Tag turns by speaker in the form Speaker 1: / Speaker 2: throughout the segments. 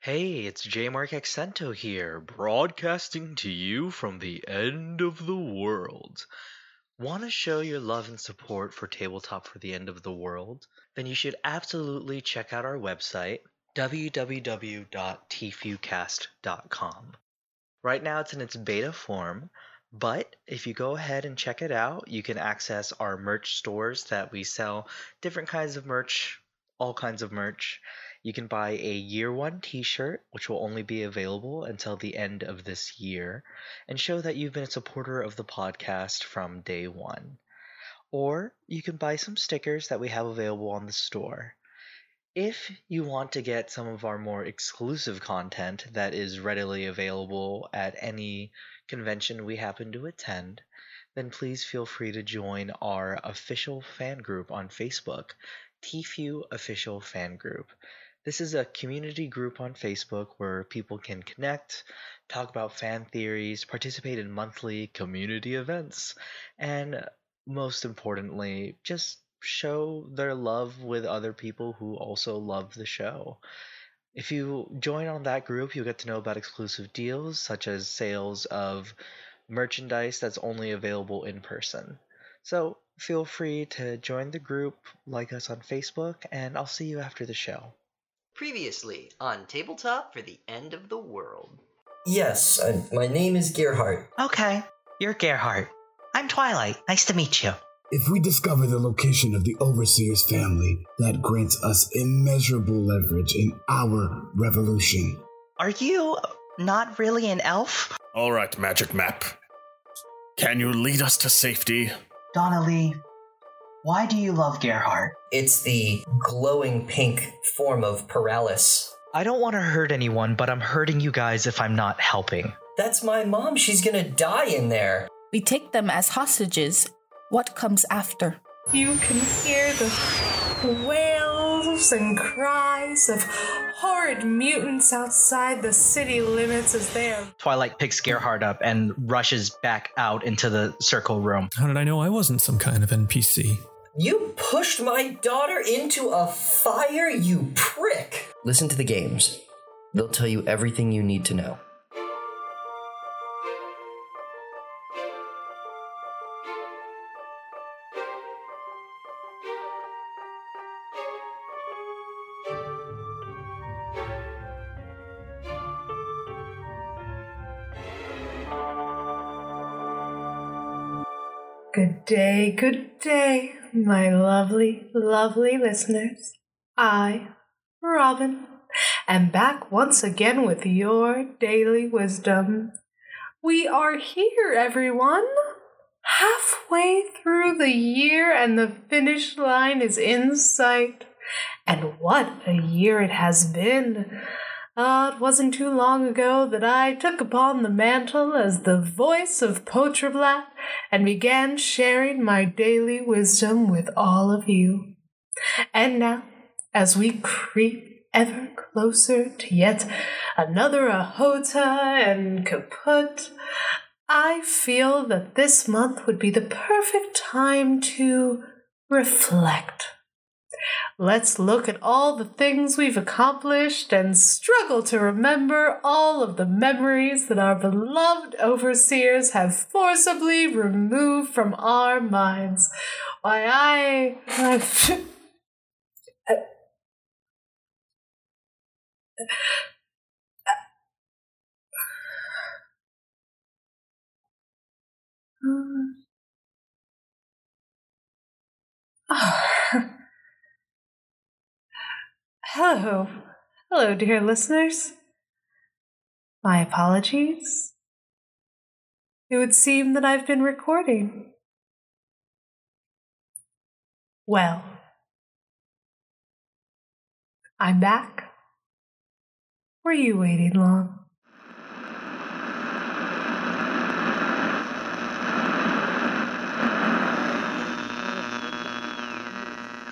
Speaker 1: Hey, it's J Mark Accento here, broadcasting to you from the end of the world. Want to show your love and support for Tabletop for the End of the World? Then you should absolutely check out our website, www.tfucast.com. Right now it's in its beta form, but if you go ahead and check it out, you can access our merch stores that we sell different kinds of merch, all kinds of merch. You can buy a year one t shirt, which will only be available until the end of this year, and show that you've been a supporter of the podcast from day one. Or you can buy some stickers that we have available on the store. If you want to get some of our more exclusive content that is readily available at any convention we happen to attend, then please feel free to join our official fan group on Facebook, TFU Official Fan Group. This is a community group on Facebook where people can connect, talk about fan theories, participate in monthly community events, and most importantly, just show their love with other people who also love the show. If you join on that group, you'll get to know about exclusive deals such as sales of merchandise that's only available in person. So feel free to join the group, like us on Facebook, and I'll see you after the show.
Speaker 2: Previously on Tabletop for the End of the World.
Speaker 3: Yes, I, my name is Gerhardt.
Speaker 1: Okay, you're Gerhardt. I'm Twilight. Nice to meet you.
Speaker 4: If we discover the location of the Overseer's family, that grants us immeasurable leverage in our revolution.
Speaker 1: Are you not really an elf?
Speaker 5: All right, magic map. Can you lead us to safety?
Speaker 1: Donnelly, why do you love Gerhardt?
Speaker 3: It's the glowing pink form of Paralis.
Speaker 1: I don't want to hurt anyone, but I'm hurting you guys if I'm not helping.
Speaker 3: That's my mom. She's gonna die in there.
Speaker 6: We take them as hostages. What comes after?
Speaker 7: You can hear the wails and cries of horrid mutants outside the city limits as they are.
Speaker 1: Twilight picks Gerhardt up and rushes back out into the circle room.
Speaker 8: How did I know I wasn't some kind of NPC?
Speaker 3: You pushed my daughter into a fire, you prick! Listen to the games. They'll tell you everything you need to know.
Speaker 7: Good day, good day, my lovely, lovely listeners. I, Robin, am back once again with your daily wisdom. We are here, everyone. Halfway through the year, and the finish line is in sight. And what a year it has been! Ah, it wasn't too long ago that I took upon the mantle as the voice of Potreblat and began sharing my daily wisdom with all of you. And now, as we creep ever closer to yet another Ahota and Kaput, I feel that this month would be the perfect time to reflect. Let's look at all the things we've accomplished and struggle to remember all of the memories that our beloved overseers have forcibly removed from our minds. Why, I. I Hello. Oh, Hello, dear listeners. My apologies. It would seem that I've been recording. Well, I'm back. Were you waiting long?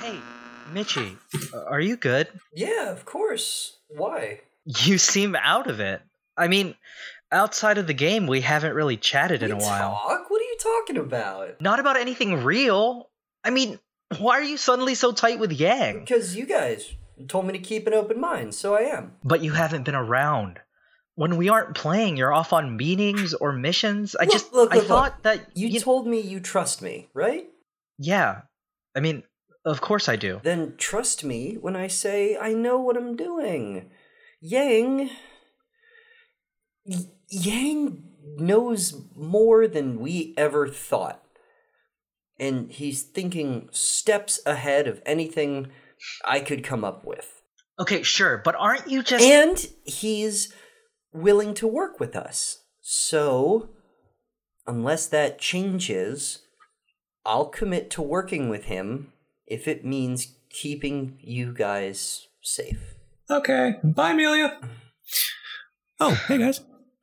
Speaker 1: Hey, Mitchie, are you good?
Speaker 3: Yeah, of course. Why?
Speaker 1: You seem out of it. I mean, outside of the game, we haven't really chatted in a
Speaker 3: We
Speaker 1: while.
Speaker 3: Talk? What are you talking about?
Speaker 1: Not about anything real. I mean, why are you suddenly so tight with Yang?
Speaker 3: Because you guys told me to keep an open mind, so I am.
Speaker 1: But you haven't been around. When we aren't playing, you're off on meetings or missions. I
Speaker 3: Look,
Speaker 1: just
Speaker 3: look,
Speaker 1: I
Speaker 3: look,
Speaker 1: thought
Speaker 3: look.
Speaker 1: that
Speaker 3: You,
Speaker 1: you-
Speaker 3: told me you trust me, right?
Speaker 1: Yeah. I mean, of course I do.
Speaker 3: Then trust me when I say I know what I'm doing. Yang. Y- Yang knows more than we ever thought. And he's thinking steps ahead of anything I could come up with.
Speaker 1: Okay, sure, but aren't you just
Speaker 3: and he's willing to work with us. So, unless that changes, I'll commit to working with him if it means keeping you guys safe.
Speaker 8: Okay. Bye, Amelia. Oh, hey guys.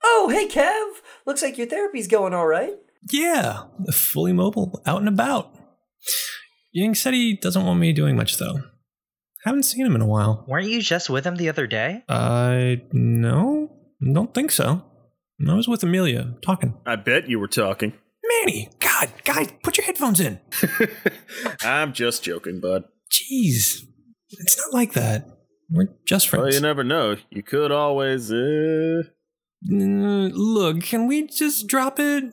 Speaker 3: Oh, hey, Kev! Looks like your therapy's going all right.
Speaker 8: Yeah, fully mobile, out and about. Yang said he doesn't want me doing much though. Haven't seen him in a while.
Speaker 1: Weren't you just with him the other day?
Speaker 8: I no, don't think so. I was with Amelia talking.
Speaker 5: I bet you were talking.
Speaker 8: Manny, God, guys, put your headphones in.
Speaker 5: I'm just joking, bud.
Speaker 8: Jeez, it's not like that. We're just friends.
Speaker 5: Well, you never know. You could always. Uh...
Speaker 8: Mm, look, can we just drop it?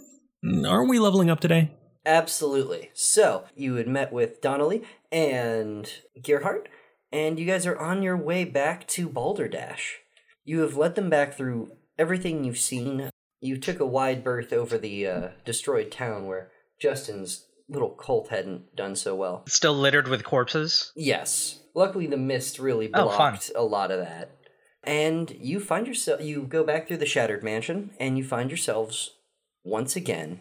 Speaker 8: Aren't we leveling up today?
Speaker 3: Absolutely. So, you had met with Donnelly and Gerhardt, and you guys are on your way back to Balderdash. You have led them back through everything you've seen. You took a wide berth over the uh, destroyed town where Justin's little cult hadn't done so well.
Speaker 1: Still littered with corpses?
Speaker 3: Yes. Luckily, the mist really
Speaker 1: Oh, fun.
Speaker 3: blocked a lot of that. And you find yourself, you go back through the Shattered Mansion, and you find yourselves once again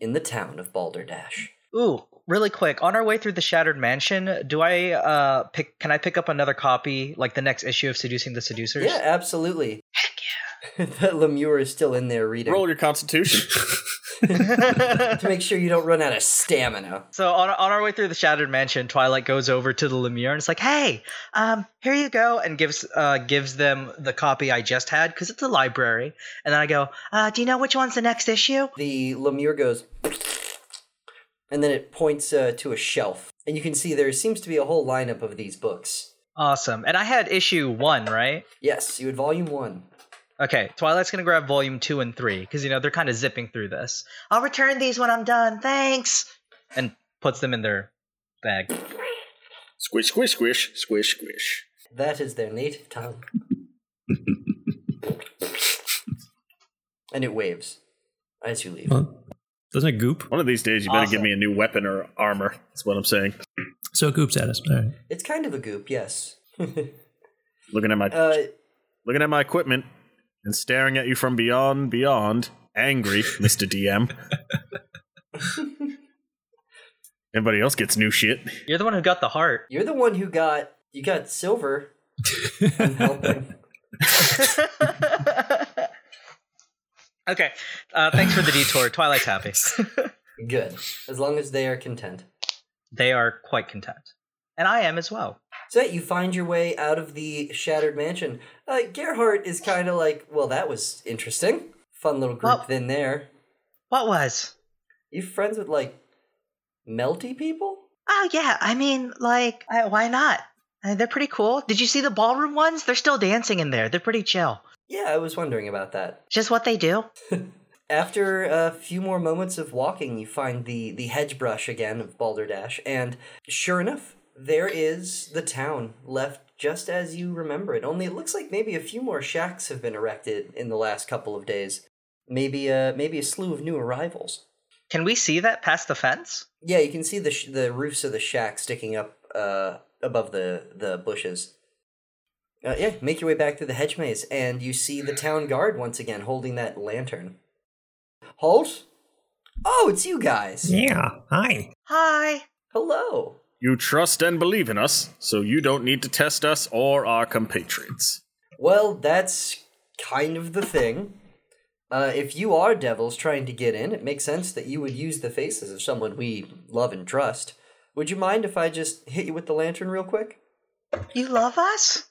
Speaker 3: in the town of Balderdash.
Speaker 1: Ooh, really quick. On our way through the Shattered Mansion, do I uh pick can I pick up another copy, like the next issue of Seducing the Seducers?
Speaker 3: Yeah, absolutely. Heck yeah. that Lemur is still in there reading
Speaker 5: Roll your constitution.
Speaker 3: to make sure you don't run out of stamina.
Speaker 1: So on, on our way through the Shattered Mansion, Twilight goes over to the Lemure and it's like, "Hey, um, here you go," and gives uh, gives them the copy I just had because it's a library. And then I go, uh, "Do you know which one's the next issue?"
Speaker 3: The Lemur goes, and then it points uh, to a shelf, and you can see there seems to be a whole lineup of these books.
Speaker 1: Awesome. And I had issue one, right?
Speaker 3: Yes, you had volume one.
Speaker 1: Okay, Twilight's gonna grab volume two and three because you know they're kind of zipping through this. I'll return these when I'm done. Thanks. And puts them in their bag.
Speaker 5: squish, squish, squish, squish, squish.
Speaker 3: That is their native tongue. and it waves as you leave.
Speaker 8: Huh? Doesn't it goop?
Speaker 5: One of these days, you better
Speaker 1: Awesome.
Speaker 5: give me a new weapon or armor. That's what I'm saying.
Speaker 8: So it goops at us. All right.
Speaker 3: It's kind of a goop, yes.
Speaker 5: Looking at my
Speaker 3: uh,
Speaker 5: looking at my equipment and staring at you from beyond, beyond, angry, Mister DM. Everybody else gets new shit.
Speaker 1: You're the one who got the heart.
Speaker 3: you're the one who got you got silver. I'm helping.
Speaker 1: okay, uh, thanks for the detour. Twilight's happy.
Speaker 3: Good. As long as they are content.
Speaker 1: they are quite content, and I am as well.
Speaker 3: So you find your way out of the shattered mansion. Uh, Gerhardt is kind of like, well, that was interesting. Fun little group
Speaker 1: Well-
Speaker 3: then there.
Speaker 1: What was?
Speaker 3: You friends with like melty people?
Speaker 1: Oh yeah, I mean, like, I, why not? I mean, they're pretty cool. Did you see the ballroom ones? They're still dancing in there. They're pretty chill.
Speaker 3: Yeah, I was wondering about that.
Speaker 1: Just what they do.
Speaker 3: After a few more moments of walking, you find the the hedge brush again of Balderdash, and sure enough, there is the town left just as you remember it. Only it looks like maybe a few more shacks have been erected in the last couple of days. Maybe uh maybe a slew of new arrivals.
Speaker 1: Can we see that past the fence?
Speaker 3: Yeah, you can see the sh- the roofs of the shack sticking up uh above the the bushes. Uh, yeah, make your way back through the hedge maze, and you see the town guard once again holding that lantern. Halt! Oh, it's you guys.
Speaker 8: Yeah. Hi.
Speaker 1: Hi.
Speaker 3: Hello.
Speaker 5: You trust and believe in us, so you don't need to test us or our compatriots.
Speaker 3: Well, that's kind of the thing. Uh, if you are devils trying to get in, it makes sense that you would use the faces of someone we love and trust. Would you mind if I just hit you with the lantern real quick?
Speaker 1: You love us?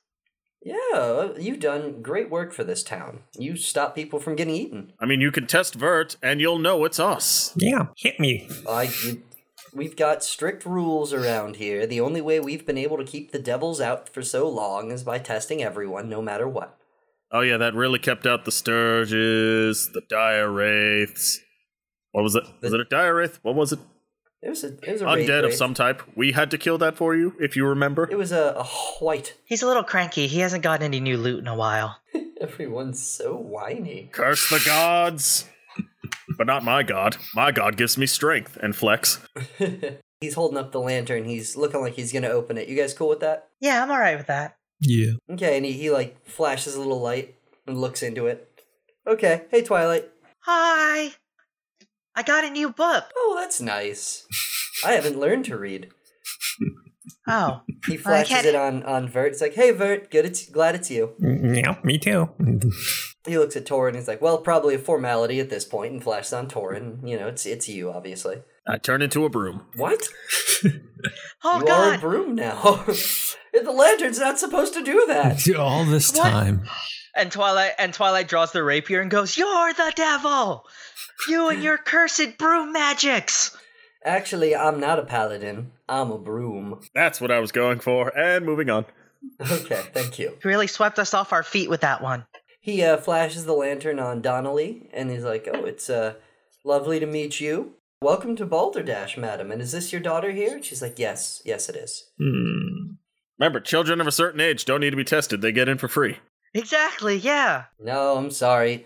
Speaker 3: Yeah, you've done great work for this town. You stop people from getting eaten.
Speaker 5: I mean, you can test Vert, and you'll know it's us.
Speaker 8: Yeah. Hit me.
Speaker 3: I, you, We've got strict rules around here. The only way we've been able to keep the devils out for so long is by testing everyone, no matter what.
Speaker 5: Oh yeah, that really kept out the Sturges, the Dire Wraiths. What was it? Was
Speaker 3: The-
Speaker 5: it a Dire Wraith? What was it?
Speaker 3: It was a, it was a raid
Speaker 5: Undead of
Speaker 3: raid.
Speaker 5: some type. We had to kill that for you, if you remember.
Speaker 3: It was a, a white.
Speaker 1: He's a little cranky. He hasn't gotten any new loot in a while.
Speaker 3: Everyone's so whiny.
Speaker 5: Curse the gods! but not my god. My god gives me strength and flex.
Speaker 3: He's holding up the lantern. He's looking like he's gonna open it. You guys cool with that?
Speaker 1: Yeah, I'm alright with that.
Speaker 8: Yeah.
Speaker 3: Okay, and he, he like flashes a little light and looks into it. Okay, hey Twilight.
Speaker 1: Hi! I got a new book.
Speaker 3: Oh, that's nice. I haven't learned to read.
Speaker 1: Oh,
Speaker 3: He flashes
Speaker 1: can't-
Speaker 3: it on on Vert. It's like, hey Vert, good. It's glad it's you.
Speaker 8: Yeah, me too.
Speaker 3: He looks at Torin. He's like, well, probably a formality at this point, and flashes on Torin. You know, it's it's you, obviously.
Speaker 5: I turn into a broom.
Speaker 3: What?
Speaker 1: oh
Speaker 3: you are a
Speaker 1: god!
Speaker 3: broom now. the lantern's not supposed to do that.
Speaker 8: All this
Speaker 1: What?
Speaker 8: time.
Speaker 1: And Twilight and Twilight draws the rapier and goes, "You're the devil, you and your cursed broom magics."
Speaker 3: Actually, I'm not a paladin. I'm a broom.
Speaker 5: That's what I was going for. And moving on.
Speaker 3: Okay, thank you.
Speaker 1: You really swept us off our feet with that one.
Speaker 3: He uh, flashes the lantern on Donnelly, and he's like, "Oh, it's uh, lovely to meet you. Welcome to Balderdash, madam. And is this your daughter here?" And she's like, "Yes, yes, it is."
Speaker 8: Hmm.
Speaker 5: Remember, children of a certain age don't need to be tested. They get in for free.
Speaker 1: Exactly. Yeah.
Speaker 3: No, I'm sorry.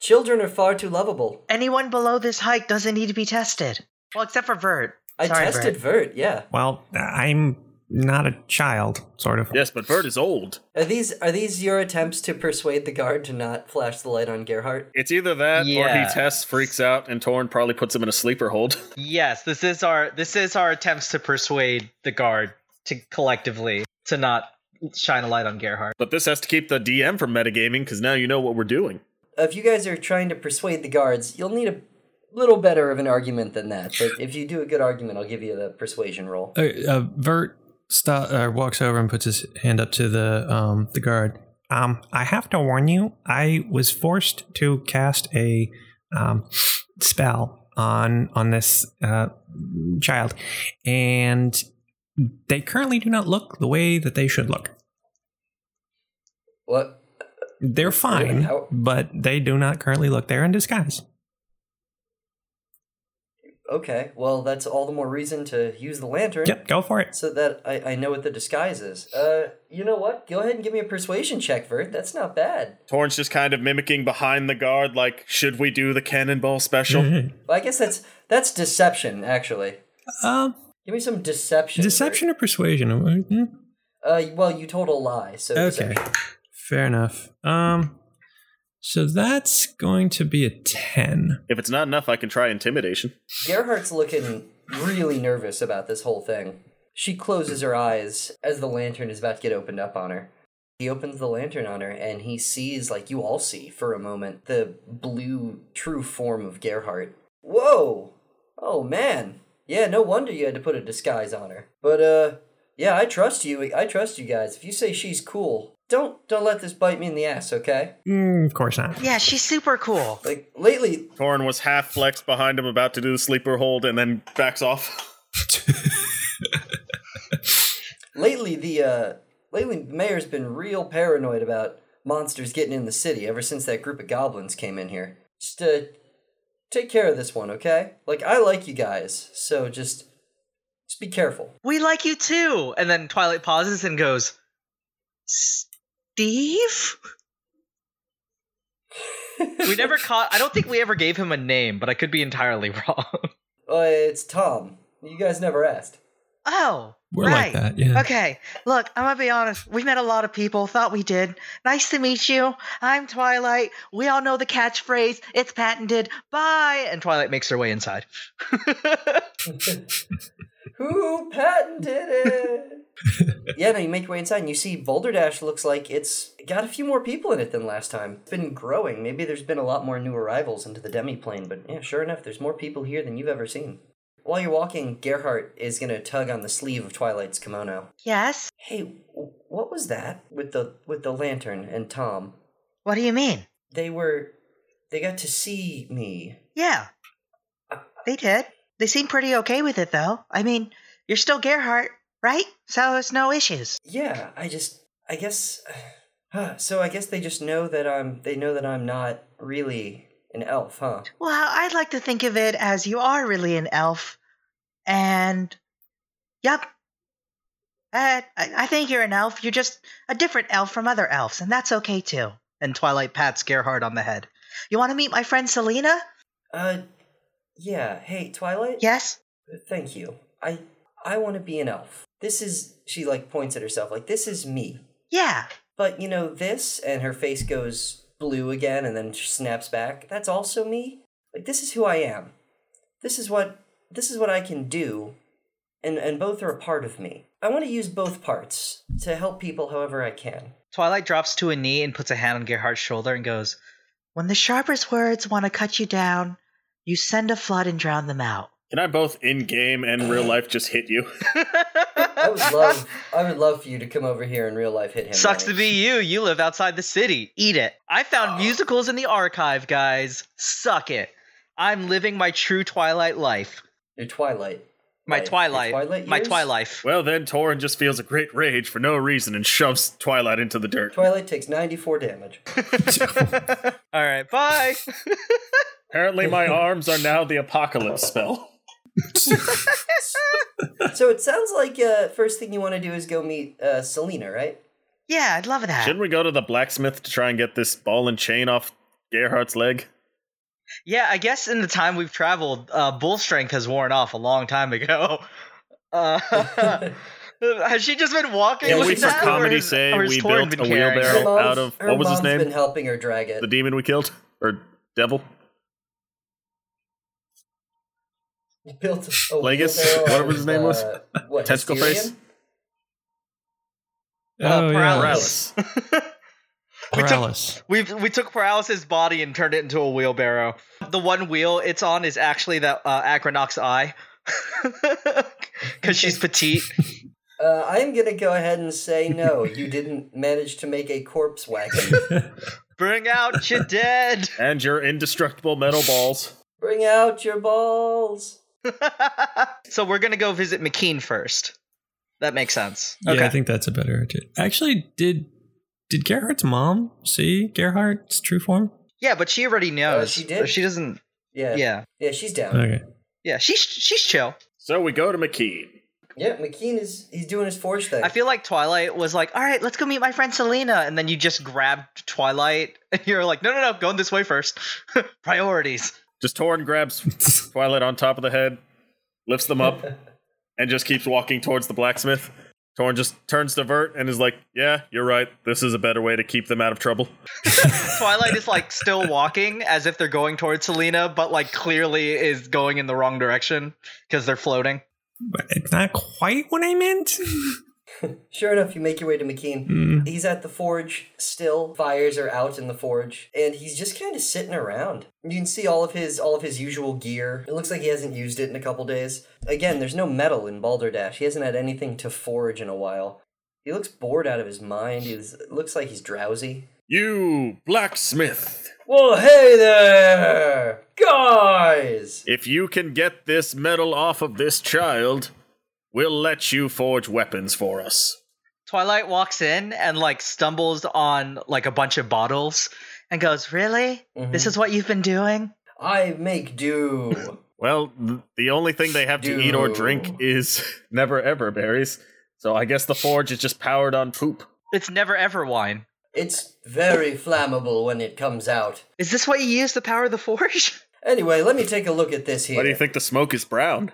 Speaker 3: Children are far too lovable.
Speaker 1: Anyone below this height doesn't need to be tested. Well, except for Vert.
Speaker 3: I
Speaker 1: Sorry,
Speaker 3: tested
Speaker 1: Vert.
Speaker 3: Vert. Yeah.
Speaker 8: Well, I'm not a child, sort of.
Speaker 5: Yes, but Vert is old.
Speaker 3: Are these are these your attempts to persuade the guard to not flash the light on Gerhardt?
Speaker 5: It's either that or
Speaker 1: Yeah.
Speaker 5: he tests, freaks out, and Torn probably puts him in a sleeper hold.
Speaker 1: Yes, this is our this is our attempts to persuade the guard to collectively to not shine a light on Gerhardt.
Speaker 5: But this has to keep the DM from metagaming because now you know what we're doing.
Speaker 3: If you guys are trying to persuade the guards, you'll need a little better of an argument than that. But if you do a good argument, I'll give you the persuasion roll.
Speaker 8: Uh, uh, Vert stop, uh, walks over and puts his hand up to the um, the guard. Um, I have to warn you, I was forced to cast a um, spell on on this uh, child, and they currently do not look the way that they should look.
Speaker 3: What?
Speaker 8: They're fine,
Speaker 3: How-
Speaker 8: but they do not currently look. They're in disguise.
Speaker 3: Okay, well, that's all the more reason to use the lantern.
Speaker 8: Yep, go for it.
Speaker 3: So that I, I know what the disguise is. Uh, you know what? Go ahead and give me a persuasion check, Vert. That's not bad.
Speaker 5: Torn's just kind of mimicking behind the guard, like, should we do the cannonball special?
Speaker 3: Well, I guess that's that's deception, actually.
Speaker 8: Um,
Speaker 3: Give me some deception. Vert.
Speaker 8: deception or persuasion? Mm,
Speaker 3: Uh, well, you told a lie, so
Speaker 8: Okay, fair enough. Um, so that's going to be a ten.
Speaker 5: If it's not enough, I can try intimidation.
Speaker 3: Gerhardt's looking really nervous about this whole thing. She closes her eyes as the lantern is about to get opened up on her. He opens the lantern on her and he sees, like you all see for a moment, the blue true form of Gerhardt. Whoa! Oh man! Yeah, no wonder you had to put a disguise on her. But uh yeah, I trust you. I trust you guys. If you say she's cool, don't don't let this bite me in the ass, okay?
Speaker 8: Mm, of course not.
Speaker 1: Yeah, she's super cool.
Speaker 3: Like lately
Speaker 5: Torn was half flexed behind him, about to do the sleeper hold, and then backs off.
Speaker 3: lately the uh lately the mayor's been real paranoid about monsters getting in the city ever since that group of goblins came in here just uh take care of this one okay like i like you guys so just just be careful
Speaker 1: We like you too. And then Twilight pauses and goes, Steve? We never caught, I don't think we ever gave him a name, but I could be entirely wrong.
Speaker 3: uh, it's tom you guys never asked
Speaker 1: Oh,
Speaker 8: We're like
Speaker 1: right.
Speaker 8: that, yeah.
Speaker 1: Okay, look, I'm gonna be honest. We met a lot of people, thought we did. Nice to meet you. I'm Twilight. We all know the catchphrase, it's patented. Bye. And Twilight makes her way inside.
Speaker 3: who patented it yeah no you make your way inside and you see boulder dash looks like it's got a few more people in it than last time it's been growing maybe there's been a lot more new arrivals into the demi plane but yeah sure enough there's more people here than you've ever seen while you're walking gerhardt is going to tug on the sleeve of twilight's kimono
Speaker 1: yes?
Speaker 3: hey w- what was that with the with the lantern and tom
Speaker 1: What do you mean?
Speaker 3: they were they got to see me
Speaker 1: Yeah. They did.
Speaker 9: They seem pretty okay with it, though. I mean, you're still Gerhardt, right? So it's no issues.
Speaker 3: Yeah, I just, I guess, so I guess they just know that I'm, they know that I'm not really an elf, huh?
Speaker 9: Well, I'd like to think of it as you are really an elf. And, yep. Uh, I, I think you're an elf. You're just a different elf from other elves, and that's okay too. And Twilight pats Gerhardt on the head. You want to meet my friend Selena?
Speaker 3: Uh, yeah. Hey, Twilight?
Speaker 9: Yes?
Speaker 3: Thank you. I, I want to be an elf. This is, she like points at herself, like, this is me.
Speaker 9: Yeah.
Speaker 3: But you know, this, and her face goes blue again and then she snaps back. That's also me. Like, this is who I am. This is what, this is what I can do. And, and both are a part of me. I want to use both parts to help people however I can.
Speaker 1: Twilight drops to a knee and puts a hand on Gerhardt's shoulder and goes,
Speaker 9: When the sharpest words want to cut you down, you send a flood and drown them out.
Speaker 5: Can I both in game and real life just hit you?
Speaker 3: I would love, I would love for you to come over here in real life hit him.
Speaker 1: Sucks
Speaker 3: Ellie.
Speaker 1: to be you. You live outside the city. Eat it. I found musicals in the archive, guys. Suck it. I'm living my true Twilight life.
Speaker 3: Your Twilight.
Speaker 1: My
Speaker 3: Life. Your
Speaker 1: Twilight.
Speaker 3: Twilight
Speaker 1: my
Speaker 3: years?
Speaker 1: Twilight.
Speaker 5: well, then Torin just feels a great rage for no reason and shoves Twilight into the dirt.
Speaker 3: Twilight takes 94 damage.
Speaker 1: All right, bye.
Speaker 5: Apparently, my arms are now the apocalypse spell.
Speaker 3: so it sounds like uh, first thing you want to do is go meet uh, Selena, right?
Speaker 9: Yeah, I'd love that.
Speaker 5: Shouldn't we go to the blacksmith to try and get this ball and chain off Gerhardt's leg?
Speaker 1: yeah, I guess in the time we've traveled, uh, bull strength has worn off a long time ago. Uh, has she just been walking?
Speaker 3: Can
Speaker 5: Can
Speaker 1: with
Speaker 3: we
Speaker 5: we, for
Speaker 1: that,
Speaker 3: just-
Speaker 1: or
Speaker 5: comedy,
Speaker 1: has-
Speaker 5: say
Speaker 1: or has
Speaker 5: we
Speaker 1: Torin
Speaker 5: built
Speaker 1: been
Speaker 5: a
Speaker 1: carrying
Speaker 5: wheelbarrow
Speaker 1: it?
Speaker 3: Her mom's-
Speaker 5: out of
Speaker 3: her
Speaker 5: what was his
Speaker 3: mom's
Speaker 5: name?
Speaker 3: been helping her drag it.
Speaker 5: The demon we killed or devil?
Speaker 3: Built a
Speaker 5: Plagueis?
Speaker 3: wheelbarrow
Speaker 5: Whatever
Speaker 3: out
Speaker 5: his
Speaker 3: of,
Speaker 5: name was?
Speaker 3: uh, what,
Speaker 5: Tentacle
Speaker 3: Hysterian?
Speaker 5: face?
Speaker 1: Uh,
Speaker 8: oh,
Speaker 1: paralysis.
Speaker 5: Paralysis.
Speaker 8: yeah. Paralysis.
Speaker 1: We we took Paralysis' body and turned it into a wheelbarrow. The one wheel it's on is actually that uh, Akronach's eye, because she's petite.
Speaker 3: Uh, I'm going to go ahead and say no. You didn't manage to make a corpse wagon.
Speaker 1: Bring out your dead.
Speaker 5: And your indestructible metal balls.
Speaker 3: Bring out your balls.
Speaker 1: so we're gonna go visit McKean first. That makes sense.
Speaker 8: Yeah, I think that's a better idea. Actually, did did Gerhardt's mom see Gerhardt's true form?
Speaker 1: Yeah, but she already knows.
Speaker 3: Oh, she did?
Speaker 1: She doesn't.
Speaker 3: Yeah.
Speaker 1: Yeah,
Speaker 3: Yeah, she's down.
Speaker 8: Okay.
Speaker 1: yeah. She's she's chill.
Speaker 5: So we go to McKean.
Speaker 3: Yeah, McKean is he's doing his forge thing.
Speaker 1: I feel like Twilight was like, "All right, let's go meet my friend Selena," and then you just grabbed Twilight, and you're like, "No, no, no, going this way first. Priorities."
Speaker 5: Just Torin grabs Twilight on top of the head, lifts them up, and just keeps walking towards the blacksmith. Torin just turns to Vert and is like, Yeah, you're right. This is a better way to keep them out of trouble.
Speaker 1: Twilight is like still walking as if they're going towards Selena, but like clearly is going in the wrong direction because they're floating.
Speaker 8: But it's not quite what I meant.
Speaker 3: Sure enough, you make your way to McKean.
Speaker 5: Mm-hmm.
Speaker 3: He's at the forge still. Fires are out in the forge, and he's just kind of sitting around. You can see all of his all of his usual gear. It looks like he hasn't used it in a couple days. Again, there's no metal in Balderdash. He hasn't had anything to forge in a while. He looks bored out of his mind. He's it looks like he's drowsy.
Speaker 5: You blacksmith!
Speaker 3: Well, hey there, guys.
Speaker 5: If you can get this metal off of this child, we'll let you forge weapons for us.
Speaker 1: Twilight walks in and like stumbles on like a bunch of bottles and goes, "Really? This is what you've been doing?"
Speaker 3: I make do.
Speaker 5: Well, th- the only thing they have to eat or drink
Speaker 3: Ew.
Speaker 5: is never ever berries. So I guess the forge is just powered on poop.
Speaker 1: It's never ever wine.
Speaker 3: it's very flammable when it comes out.
Speaker 1: Is this what you use to power the forge?
Speaker 3: Anyway, let me take a look at this here.
Speaker 5: Why do you think the smoke is brown?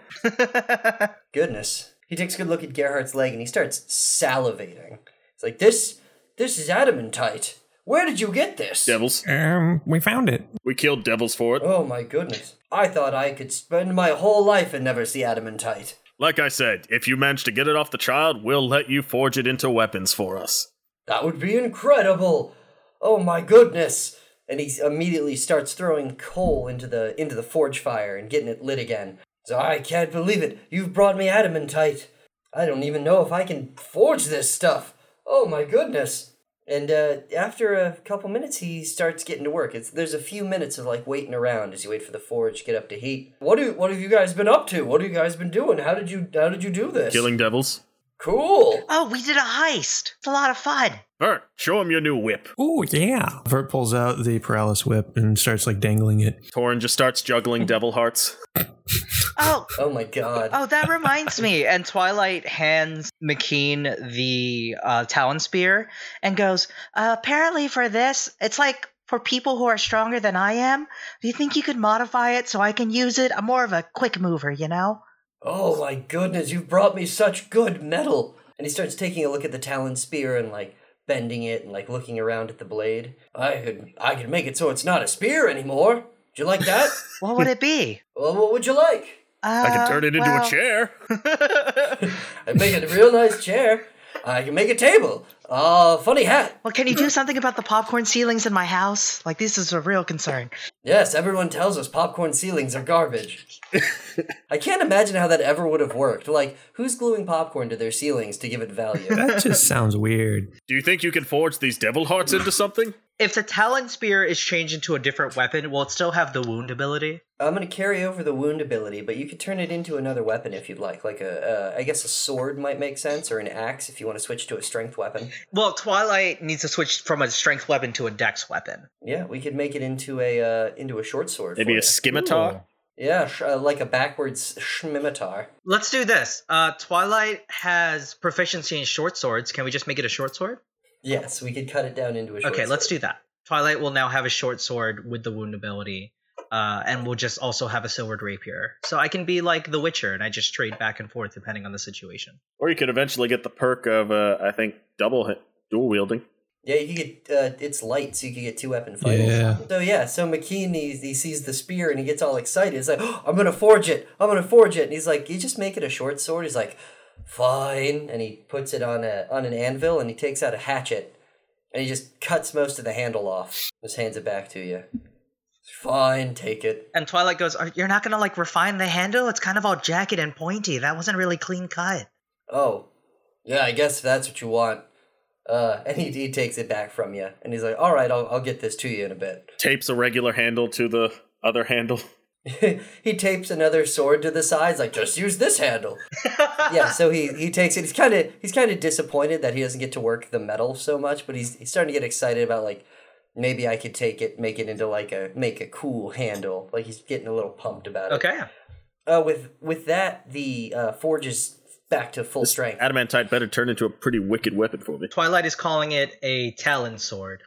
Speaker 3: Goodness. He takes a good look at Gerhardt's leg and he starts salivating. It's like, this this is adamantite. Where did you get this?
Speaker 5: Devils.
Speaker 8: um, we found it.
Speaker 5: We killed devils for it.
Speaker 3: Oh my goodness. I thought I could spend my whole life and never see adamantite.
Speaker 5: Like I said, if you manage to get it off the child, we'll let you forge it into weapons for us.
Speaker 3: That would be incredible. Oh my goodness. And he immediately starts throwing coal into the into the forge fire and getting it lit again. So I can't believe it. You've brought me adamantite. I don't even know if I can forge this stuff. Oh my goodness. And uh, after a couple minutes, he starts getting to work. It's there's a few minutes of like waiting around as you wait for the forge to get up to heat. What do what have you guys been up to? What have you guys been doing? How did you how did you do this?
Speaker 5: Killing devils.
Speaker 3: Cool.
Speaker 9: Oh, we did a heist. It's a lot of fun.
Speaker 5: Vert, show him your new whip.
Speaker 8: Oh yeah. Vert pulls out the Paralysis whip and starts like dangling it.
Speaker 5: Torn just starts juggling devil hearts.
Speaker 9: Oh,
Speaker 3: Oh my god.
Speaker 9: oh, that reminds me. And Twilight hands McKean the uh, Talon Spear and goes, uh, apparently for this, it's like for people who are stronger than I am. Do you think you could modify it so I can use it? I'm more of a quick mover, you know?
Speaker 3: Oh my goodness, you've brought me such good metal. And he starts taking a look at the talon spear and like bending it and like looking around at the blade. I could I could make it so it's not a spear anymore. Would you like that?
Speaker 9: What would it be?
Speaker 3: well, what would you like?
Speaker 9: Uh,
Speaker 5: Hmm. I can turn it into
Speaker 9: well,
Speaker 5: a chair.
Speaker 3: I'd make it a real nice chair. I can make a table. Uh, funny hat.
Speaker 9: Well, can you do something about the popcorn ceilings in my house? Like, this is a real concern.
Speaker 3: Yes, everyone tells us popcorn ceilings are garbage. I can't imagine how that ever would have worked. Like, who's gluing popcorn to their ceilings to give it value?
Speaker 8: That just sounds weird.
Speaker 5: Do you think you can forge these devil hearts into something?
Speaker 1: If the Talon Spear is changed into a different weapon, will it still have the wound ability?
Speaker 3: I'm gonna carry over the wound ability, but you could turn it into another weapon if you'd like. Like a, uh, I guess a sword might make sense, or an axe if you want to switch to a strength weapon.
Speaker 1: Well, Twilight needs to switch from a strength weapon to a dex weapon.
Speaker 3: Yeah, we could make it into a uh, into a short sword. for
Speaker 5: Maybe a
Speaker 3: ya.
Speaker 5: scimitar?
Speaker 3: yeah, sh- uh, like a backwards shmimitar.
Speaker 1: Let's do this. Uh, Twilight has proficiency in short swords. Can we just make it a short sword?
Speaker 3: Yes, we could cut it down into a. Short
Speaker 1: okay, let's
Speaker 3: sword.
Speaker 1: do that. Twilight will now have a short sword with the wound ability, uh, and we'll just also have a silvered rapier. So I can be like the Witcher, and I just trade back and forth depending on the situation.
Speaker 5: Or you could eventually get the perk of, uh, I think, double hit, dual wielding.
Speaker 3: Yeah, you could get uh, it's light, so you could get two weapon fighting.
Speaker 8: Yeah.
Speaker 3: So yeah, so McKean he, he sees the spear and he gets all excited. He's like, "Oh, "I'm gonna forge it! I'm gonna forge it!" And he's like, "You just make it a short sword." He's like, "Fine," and he puts it on a on an anvil and he takes out a hatchet and he just cuts most of the handle off. Just hands it back to you. Fine, take it.
Speaker 1: And Twilight goes, "Are- "You're not gonna like refine the handle? It's kind of all jagged and pointy. That wasn't really clean cut."
Speaker 3: Oh, yeah, I guess if that's what you want. Uh, and he, he takes it back from you and he's like, "All right, I'll I'll get this to you in a bit."
Speaker 5: Tapes a regular handle to the other handle.
Speaker 3: he tapes another sword to the sides, like just use this handle. yeah, so he he takes it. He's kind of he's kind of disappointed that he doesn't get to work the metal so much, but he's he's starting to get excited about like maybe I could take it, make it into like a make a cool handle. Like he's getting a little pumped about it.
Speaker 1: Okay.
Speaker 3: Uh, with with that, the uh, forge is back to full strength.
Speaker 5: Adamantite better turn into a pretty wicked weapon for me.
Speaker 1: Twilight is calling it a Talon sword.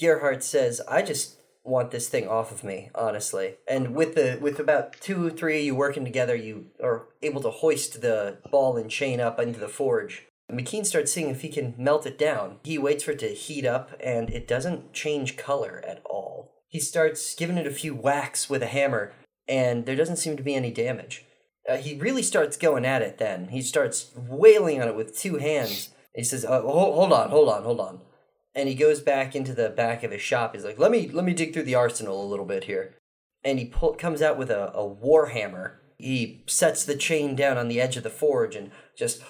Speaker 3: Gerhardt says, "I just want this thing off of me, honestly." And with the with about two or three of you working together, you are able to hoist the ball and chain up into the forge. McKean starts seeing if he can melt it down. He waits for it to heat up, and it doesn't change color at all. He starts giving it a few whacks with a hammer, and there doesn't seem to be any damage. Uh, he really starts going at it then. He starts wailing on it with two hands. He says, uh, ho- hold on, hold on, hold on and he goes back into the back of his shop. He's like, "Let me let me dig through the arsenal a little bit here," and he pull, comes out with a, a war hammer. He sets the chain down on the edge of the forge and just,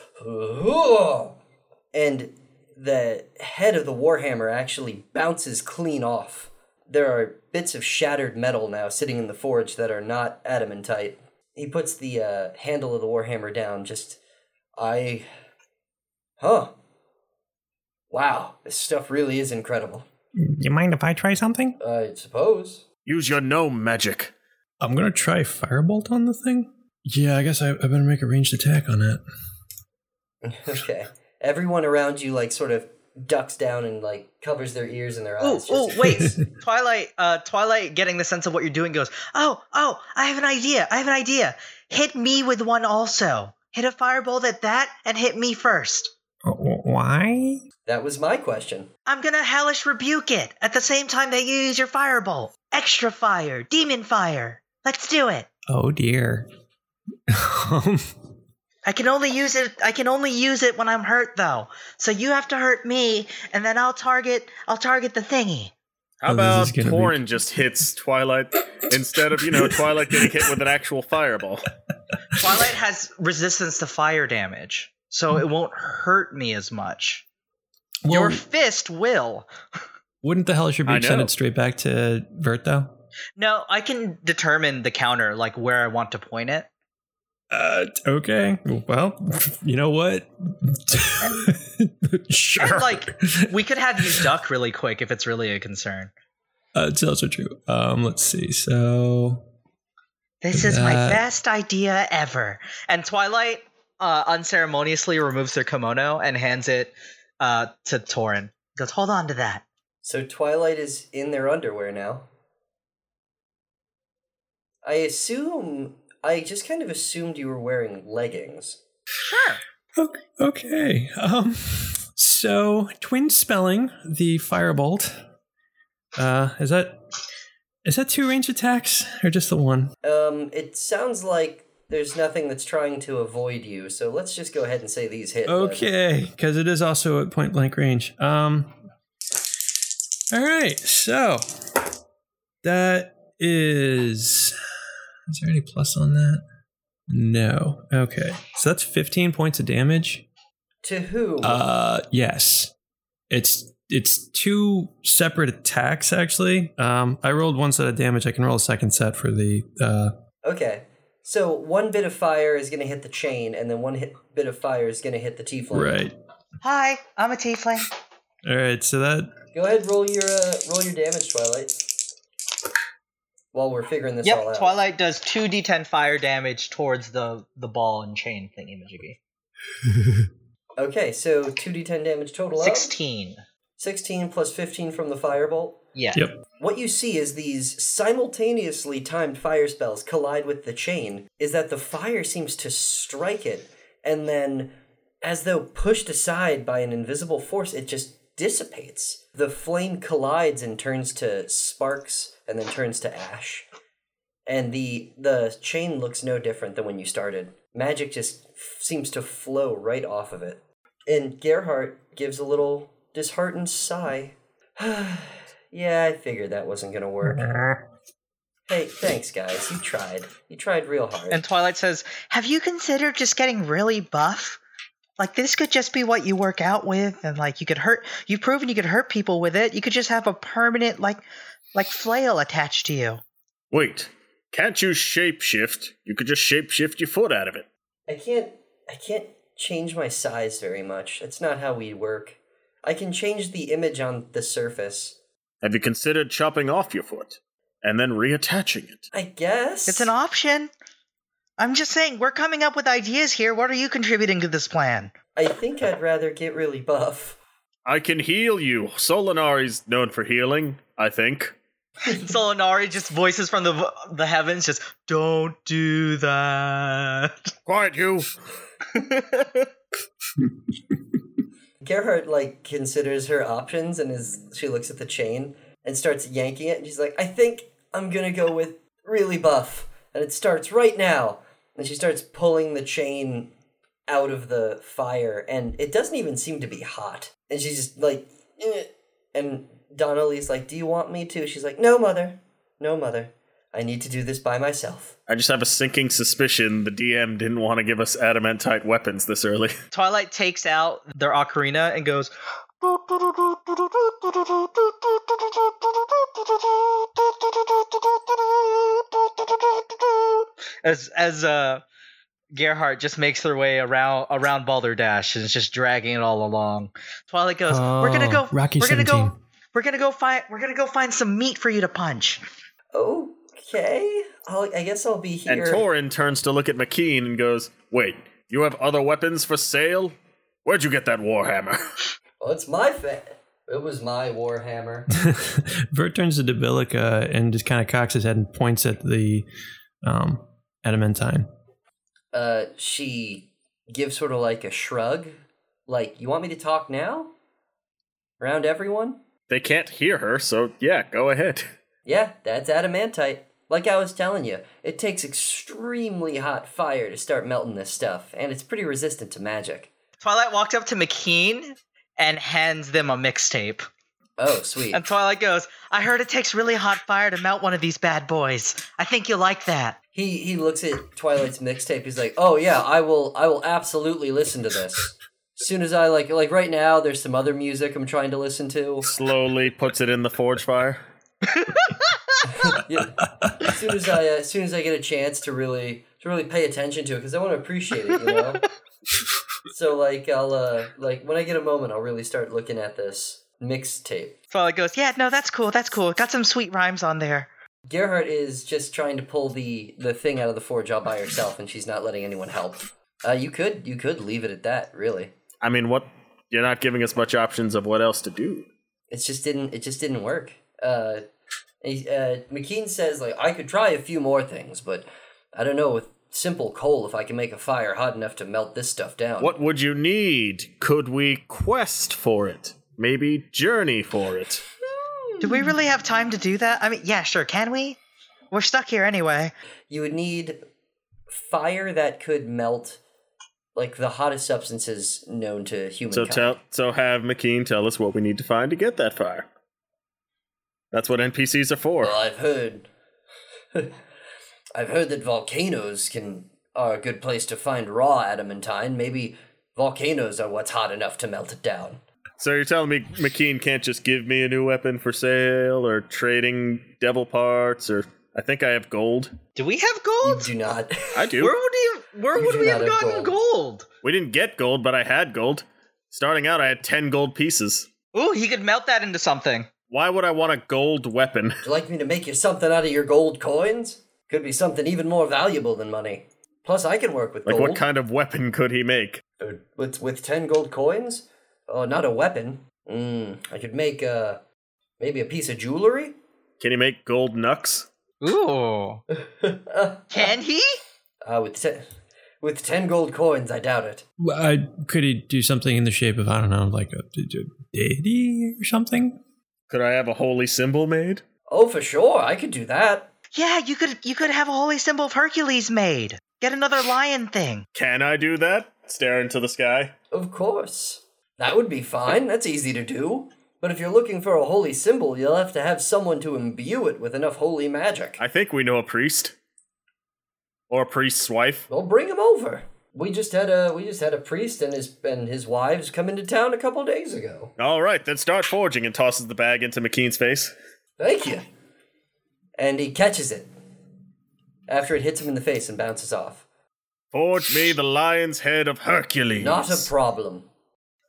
Speaker 3: and the head of the warhammer actually bounces clean off. There are bits of shattered metal now sitting in the forge that are not adamantite. He puts the uh, handle of the warhammer down. Just, I, huh. Wow, this stuff really is incredible.
Speaker 8: You mind if I try something?
Speaker 3: I suppose.
Speaker 5: Use your gnome magic.
Speaker 8: I'm gonna try firebolt on the thing. Yeah, I guess I, I better make a ranged attack on it.
Speaker 3: okay. Everyone around you, like, sort of ducks down and, like, covers their ears and their
Speaker 1: Oh,
Speaker 3: eyes.
Speaker 1: oh,
Speaker 3: just-
Speaker 1: wait. Twilight, uh, Twilight, getting the sense of what you're doing, goes, "Oh, oh, I have an idea. I have an idea. Hit me with one also. Hit a firebolt at that, and hit me first.
Speaker 8: Uh, wh- Why?
Speaker 3: That was my question.
Speaker 9: I'm gonna hellish rebuke it at the same time that you use your firebolt. Extra fire, demon fire. Let's do it.
Speaker 8: Oh dear. Um,
Speaker 9: I can only use it. I can only use it when I'm hurt, though. So you have to hurt me, and then I'll target. I'll target the thingy.
Speaker 5: How
Speaker 8: Oh,
Speaker 5: about
Speaker 8: this is gonna be-
Speaker 5: Torin just hits Twilight instead of, you know, Twilight getting hit with an actual fireball?
Speaker 1: Twilight has resistance to fire damage, so it won't hurt me as much.
Speaker 8: Well,
Speaker 1: Your fist will.
Speaker 8: wouldn't the Hellish
Speaker 5: I
Speaker 8: Rebuke send
Speaker 5: know.
Speaker 8: it straight back to Vert though?
Speaker 1: No, I can determine the counter, like where I want to point it.
Speaker 8: Uh, okay. Well, you know what? sure.
Speaker 1: And, like, We could have you duck really quick if it's really a concern.
Speaker 8: uh, it's also true. Um, let's see. So
Speaker 9: This is my
Speaker 8: That-
Speaker 9: best idea ever.
Speaker 1: And Twilight uh, unceremoniously removes their kimono and hands it uh, to Torin.
Speaker 9: Goes, hold on to that.
Speaker 3: So Twilight is in their underwear now. I assume. I just kind of assumed you were wearing leggings.
Speaker 1: Sure.
Speaker 8: Okay. okay. Um, so twin spelling the firebolt. Uh, is that is that two range attacks or just the one?
Speaker 3: Um, it sounds like there's nothing that's trying to avoid you, so let's just go ahead and say these hit. then.
Speaker 8: Okay, because it is also at point blank range. Um. All right. So that is. Is there any plus on that? No. Okay. So that's 15 points of damage.
Speaker 3: To who?
Speaker 8: Uh, yes. It's it's two separate attacks actually. Um, I rolled one set of damage. I can roll a second set for the uh.
Speaker 3: okay. So one bit of fire is going to hit the chain, and then one hit, bit of fire is going to hit the tiefling.
Speaker 8: Right.
Speaker 9: Hi, I'm a tiefling.
Speaker 8: All right. So that
Speaker 3: Go ahead, roll your uh, roll your damage, Twilight. While we're figuring this all
Speaker 1: Yep,
Speaker 3: out.
Speaker 1: Twilight does 2d10 fire damage towards the, the ball and chain thingy majiggy.
Speaker 3: Okay, so 2d10 damage total. of
Speaker 1: 16.
Speaker 3: 16 plus 15 from the firebolt.
Speaker 1: Yeah.
Speaker 8: Yep.
Speaker 3: What you see is these simultaneously timed fire spells collide with the chain, is that the fire seems to strike it, and then, as though pushed aside by an invisible force, it just dissipates. The flame collides and turns to sparks, and then turns to ash. And the, the chain looks no different than when you started. Magic just f- seems to flow right off of it. And Gerhardt gives a little disheartened sigh. yeah, I figured that wasn't going to work. Hey, thanks, guys. You tried. You tried real hard.
Speaker 1: And Twilight says,
Speaker 9: Have you considered just getting really buff? Like this could just be what you work out with, and like you could hurt. You've proven you could hurt people with it. You could just have a permanent like, like flail attached to you.
Speaker 5: Wait, can't you shapeshift? You could just shapeshift your foot out of it.
Speaker 3: I can't. I can't change my size very much. That's not how we work. I can change the image on the surface.
Speaker 5: Have you considered chopping off your foot and then reattaching it?
Speaker 3: I guess
Speaker 9: It's an option. I'm just saying we're coming up with ideas here. What are you contributing to this plan?
Speaker 3: I think I'd rather get really buff.
Speaker 5: I can heal you. Solinari's known for healing, I think.
Speaker 1: Solinari just voices from the the heavens, just don't do that.
Speaker 5: Quiet you.
Speaker 3: Gerhardt like considers her options and is she looks at the chain and starts yanking it and she's like, I think I'm gonna go with really buff and it starts right now. And she starts pulling the chain out of the fire and it doesn't even seem to be hot. And she's just like "Eh." and Donnelly's like, Do you want me to? She's like, No mother. No mother. I need to do this by myself.
Speaker 5: I just have a sinking suspicion the DM didn't want to give us adamantite weapons this early.
Speaker 1: Twilight takes out their ocarina and goes, as as uh Gerhardt just makes their way around around Balderdash and is just dragging it all along. Twilight goes, "We're gonna go.
Speaker 8: Oh, Rocky
Speaker 1: we're gonna
Speaker 8: 17.
Speaker 1: go. We're gonna go find. We're gonna go find some meat for you to punch."
Speaker 3: Okay. I'll, I guess I'll be here.
Speaker 5: And Torin turns to look at McKean and goes, Wait, you have other weapons for sale? Where'd you get that warhammer?
Speaker 3: Well, Oh, it's my fa- It was my Warhammer.
Speaker 8: Vert turns to Debilica and just kind of cocks his head and points at the um, adamantine.
Speaker 3: uh, she gives sort of like a shrug, like, "You want me to talk now?" Around everyone.
Speaker 5: they can't hear her, so yeah, go ahead.
Speaker 3: Yeah, that's adamantite. Like I was telling you, it takes extremely hot fire to start melting this stuff, and it's pretty resistant to magic.
Speaker 1: Twilight walks up to McKean and hands them a mixtape.
Speaker 3: Oh, sweet.
Speaker 1: And Twilight goes,
Speaker 9: I heard it takes really hot fire to melt one of these bad boys. I think you'll like that.
Speaker 3: he he looks at Twilight's mixtape. He's like, "Oh yeah, I will. I will absolutely listen to this." soon as I like like right now, there's some other music I'm trying to listen to.
Speaker 5: Slowly puts it in the forge fire.
Speaker 3: Yeah. as soon as I uh, as soon as I get a chance to really to really pay attention to it because I want to appreciate it, you know. so like I'll uh, like when I get a moment, I'll really start looking at this mixtape.
Speaker 9: Frolic goes, yeah, no, that's cool, that's cool. Got some sweet rhymes on there.
Speaker 3: Gerhardt is just trying to pull the the thing out of the forge all by herself, and she's not letting anyone help. Uh, you could you could leave it at that, really.
Speaker 5: I mean, what? You're not giving us much options of what else to do.
Speaker 3: It just didn't it just didn't work. Uh, he- uh, McKean says like I could try a few more things, but I don't know with simple coal if I can make a fire hot enough to melt this stuff down.
Speaker 5: What would you need? Could we quest for it? Maybe journey for it?
Speaker 9: Do we really have time to do that? I mean, yeah, sure, can we? We're stuck here anyway.
Speaker 3: you would need fire that could melt like the hottest substances known to
Speaker 5: So
Speaker 3: humankind.
Speaker 5: tell, so have McKean tell us what we need to find to get that fire. That's what NPCs are for.
Speaker 3: Well, I've heard. I've heard that volcanoes can are a good place to find raw adamantine. Maybe volcanoes are what's hot enough to melt it down.
Speaker 5: So you're telling me McKean can't just give me a new weapon for sale, or trading devil parts, or I think I have gold.
Speaker 1: Do we have
Speaker 3: You
Speaker 1: gold?
Speaker 3: do not.
Speaker 5: I do.
Speaker 1: Where would we? Where
Speaker 3: We
Speaker 1: would
Speaker 3: do
Speaker 1: we
Speaker 3: not
Speaker 1: have gotten
Speaker 3: have
Speaker 1: gold?
Speaker 5: We didn't get gold, but I had gold. Starting out, I had ten gold pieces.
Speaker 1: Ooh, he could melt that into something.
Speaker 5: Why would I want a gold weapon?
Speaker 3: Would you like me to make you something out of your gold coins? Could be something even more valuable than money. Plus, I can work with
Speaker 5: Like,
Speaker 3: gold.
Speaker 5: what kind of weapon could he make?
Speaker 3: Uh, With with ten gold coins? Oh, not a weapon. Mm, I could make uh, maybe a piece of jewelry.
Speaker 5: Can he make gold knucks?
Speaker 1: Ooh.
Speaker 9: Can he?
Speaker 3: Uh, with ten, with ten gold coins, I doubt it.
Speaker 8: Well, I, could he do something in the shape of I don't know, like a, d- d- deity or something?
Speaker 5: Could I have a holy symbol made?
Speaker 3: Oh, for sure, I could do that.
Speaker 9: Yeah, you could you could have a holy symbol of Hercules made. Get another lion thing.
Speaker 5: Can I do that? Stare into the sky.
Speaker 3: Of course, that would be fine. That's easy to do. But if you're looking for a holy symbol, you'll have to have someone to imbue it with enough holy magic.
Speaker 5: I think we know a priest. Or a priest's wife.
Speaker 3: Well, bring him over. We just had a we just had a priest and his and his wives come into town a couple days ago.
Speaker 5: All right, then start forging and tosses the bag into McKean's face.
Speaker 3: Thank you. And he catches it after it hits him in the face and bounces off.
Speaker 5: Forge me the lion's head of Hercules.
Speaker 3: Not a problem.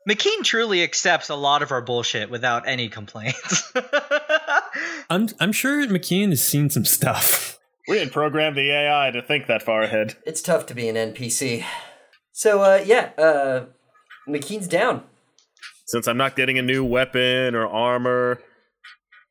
Speaker 1: McKean truly accepts a lot of our bullshit without any complaints.
Speaker 8: I'm I'm sure McKean has seen some stuff.
Speaker 5: We had programmed the AI to think that far ahead.
Speaker 3: It's tough to be an NPC. So uh, yeah, uh, McKean's down.
Speaker 5: Since I'm not getting a new weapon or armor,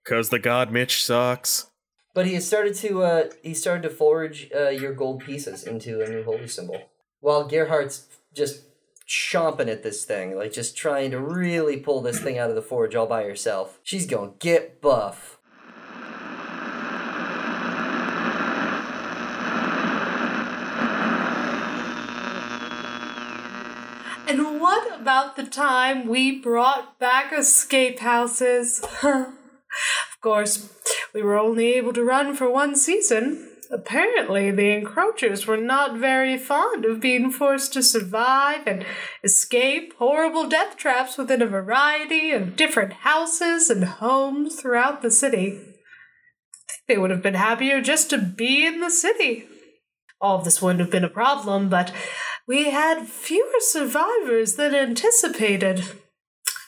Speaker 5: because the god Mitch sucks.
Speaker 3: But he has started to uh, he started to forge uh, your gold pieces into a new holy symbol. While Gerhardt's just chomping at this thing, like just trying to really pull this thing out of the forge all by herself. She's gonna get buff.
Speaker 7: And what about the time we brought back escape houses? of course, we were only able to run for one season. Apparently, the encroachers were not very fond of being forced to survive and escape horrible death traps within a variety of different houses and homes throughout the city. They would have been happier just to be in the city. All of this wouldn't have been a problem, but we had fewer survivors than anticipated.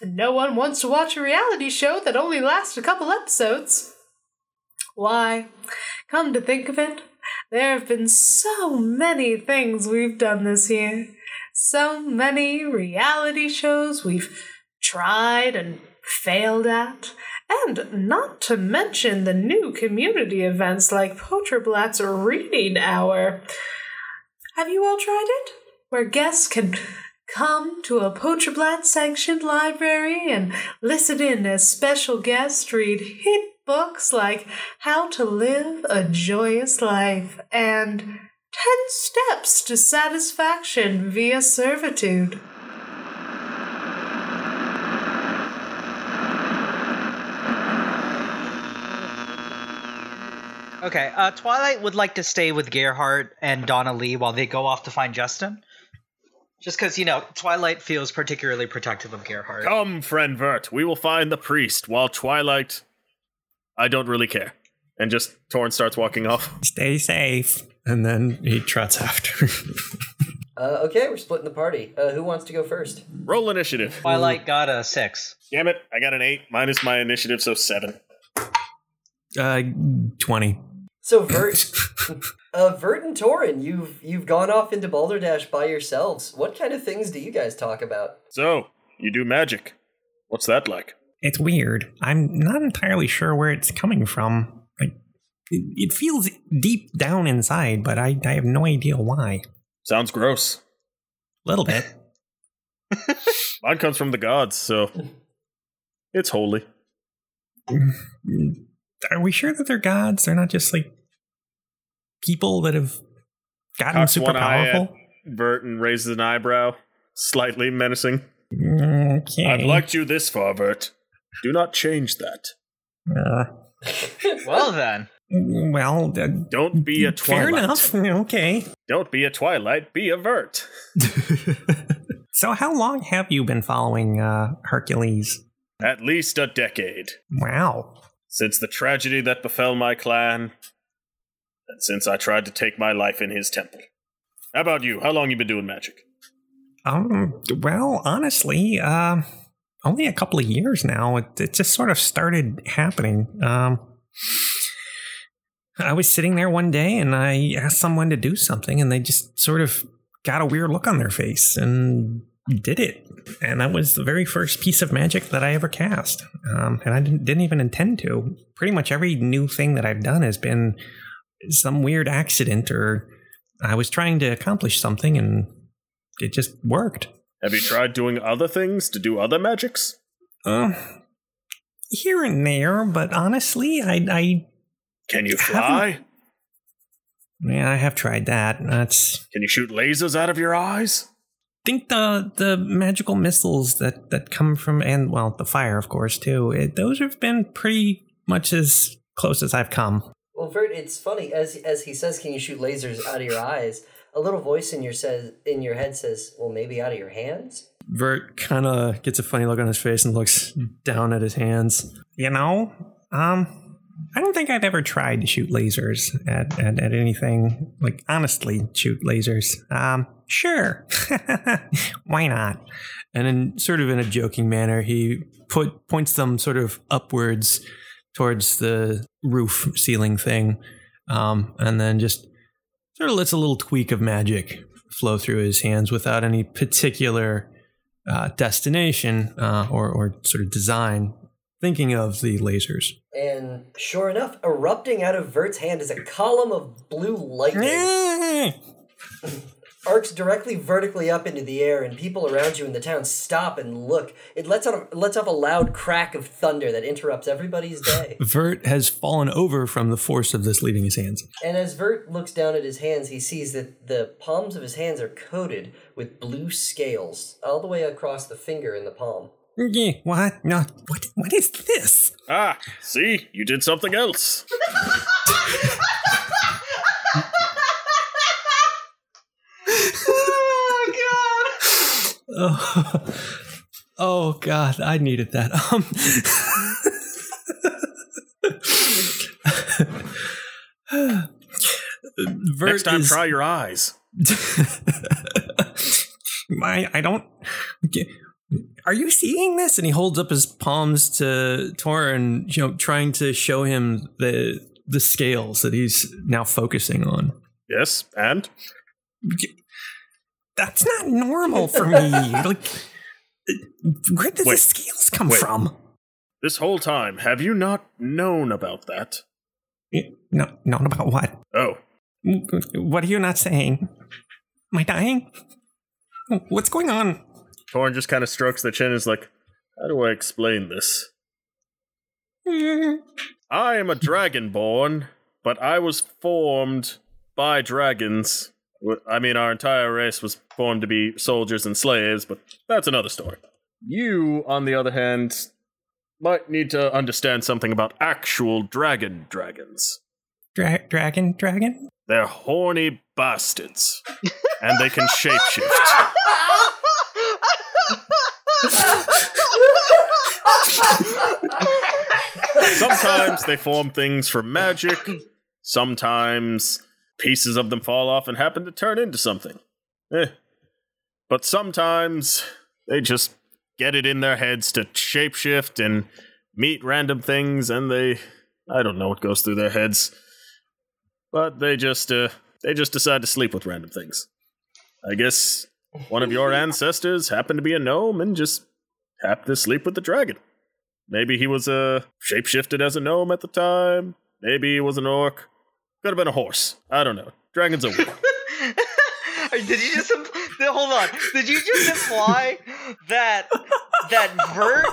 Speaker 7: And no one wants to watch a reality show that only lasts a couple episodes. Why, come to think of it, there have been so many things we've done this year. So many reality shows we've tried and failed at. And not to mention the new community events like Poterblat's Reading Hour. Have you all tried it? Where guests can come to a Pocherblatt sanctioned library and listen in as special guests read hit books like How to Live a Joyous Life and 10 Steps to Satisfaction via Servitude.
Speaker 1: okay, uh, Twilight would like to stay with Gerhardt and Donna Lee while they go off to find Justin. Just because, you know, Twilight feels particularly protective of Gerhardt.
Speaker 3: Oh.
Speaker 5: Come, friend Vert, we will find the priest while Twilight. I don't really care. And just Torn starts walking off.
Speaker 8: Stay safe. And then he trots after.
Speaker 3: Uh, okay, we're splitting the party. Uh, who wants to go first?
Speaker 5: Roll initiative.
Speaker 1: Twilight got a six.
Speaker 5: Damn it, I got an eight minus my initiative, so seven.
Speaker 8: uh, 20.
Speaker 3: So Vert, uh, Vert and Torin, you've you've gone off into Balderdash by yourselves. What kind of things do you guys talk about?
Speaker 5: So, you do magic. What's that like?
Speaker 8: It's weird. I'm not entirely sure where it's coming from. Like, it, it feels deep down inside, but I, I have no idea why.
Speaker 5: Sounds gross.
Speaker 8: A little bit.
Speaker 5: Mine comes from the gods, so it's holy.
Speaker 8: Are we sure that they're gods? They're not just like people that have gotten
Speaker 5: Cocks
Speaker 8: super
Speaker 5: one eye at-
Speaker 8: powerful?
Speaker 5: Burton raises an eyebrow, slightly menacing.
Speaker 8: Mm, Okay.
Speaker 5: I've liked you this far, Bert. Do not change that.
Speaker 8: Uh,
Speaker 1: Well, then.
Speaker 8: well, uh,
Speaker 5: Don't be a
Speaker 8: fair
Speaker 5: Twilight.
Speaker 8: enough. Okay.
Speaker 5: Don't be a Twilight, be a Vert.
Speaker 8: so, how long have you been following uh, Hercules?
Speaker 5: At least a decade.
Speaker 8: Wow.
Speaker 5: Since the tragedy that befell my clan, and since I tried to take my life in his temple. How about you? How long you been doing magic?
Speaker 8: Um. Well, honestly, um, only a couple of years now. It, it just sort of started happening. Um, I was sitting there one day, and I asked someone to do something, and they just sort of got a weird look on their face and did it. And that was the very first piece of magic that I ever cast, um, and I didn't, didn't even intend to. Pretty much every new thing that I've done has been some weird accident, or I was trying to accomplish something and it just worked.
Speaker 5: Have you tried doing other things to do other magics?
Speaker 8: Uh, here and there, but honestly, I, I,
Speaker 5: Can you
Speaker 8: Haven't-
Speaker 5: fly?
Speaker 8: yeah, I have tried that. That's
Speaker 5: Can you shoot lasers out of your eyes?
Speaker 8: think the the magical missiles that that come from and well, the fire, of course, too. It, those have been pretty much as close as I've come.
Speaker 3: Well, Vert, it's funny as as he says, "Can you shoot lasers out of your eyes?" A little voice in your says in your head says, "Well, maybe out of your hands."
Speaker 8: Vert kind of gets a funny look on his face and looks down at his hands. Hmm. You know, um, I don't think I've ever tried to shoot lasers at, at, at anything. Like, honestly, shoot lasers. Um, sure. Why not? And in sort of in a joking manner, he put points them sort of upwards towards the roof ceiling thing. Um, and then just sort of lets a little tweak of magic flow through his hands without any particular uh, destination uh, or, or sort of design, thinking of the lasers.
Speaker 3: And sure enough, erupting out of Vert's hand is a column of blue lightning. Arcs directly vertically up into the air, and people around you in the town stop and look. It lets out a, lets off a loud crack of thunder that interrupts everybody's day.
Speaker 8: Vert has fallen over from the force of this leaving his hands.
Speaker 3: And as Vert looks down at his hands, he sees that the palms of his hands are coated with blue scales all the way across the finger and the palm.
Speaker 8: Yeah, what? No, what? What is this?
Speaker 5: Ah, see, you did something else.
Speaker 2: oh god!
Speaker 8: Oh, oh God, I needed that. Um, Vert
Speaker 5: Next time,
Speaker 8: is-
Speaker 5: try your eyes.
Speaker 8: My, I don't. Are you seeing this? And he holds up his palms to Torin, you know, trying to show him the the scales that he's now focusing on.
Speaker 5: Yes, and
Speaker 8: That's not normal for me. like, where did the
Speaker 5: Wait.
Speaker 8: scales come
Speaker 5: Wait.
Speaker 8: from?
Speaker 5: this whole time, have you not known about that?
Speaker 8: No, not about what?
Speaker 5: Oh,
Speaker 8: What are you not saying? Am I dying? What's going on?
Speaker 5: Torn just kind of strokes the chin and is like, How do I explain this? I am a dragonborn, but I was formed by dragons. Wh- I mean, our entire race was formed to be soldiers and slaves, but that's another story. You, on the other hand, might need to understand something about actual dragon dragons.
Speaker 8: Dra- dragon, dragon.
Speaker 5: They're horny bastards, and they can shapeshift. Sometimes they form things from magic. Sometimes pieces of them fall off and happen to turn into something. Eh. But sometimes they just get it in their heads to shapeshift and meet random things, and they. I don't know what goes through their heads. But they just, uh, they just decide to sleep with random things. I guess one of your ancestors happened to be a gnome and just happened to sleep with the dragon. Maybe he was uh, shapeshifted as a gnome at the time. Maybe he was an orc. Could have been a horse. I don't know. Dragons are weird.
Speaker 1: Did you just im- hold on? Did you just imply that that Bert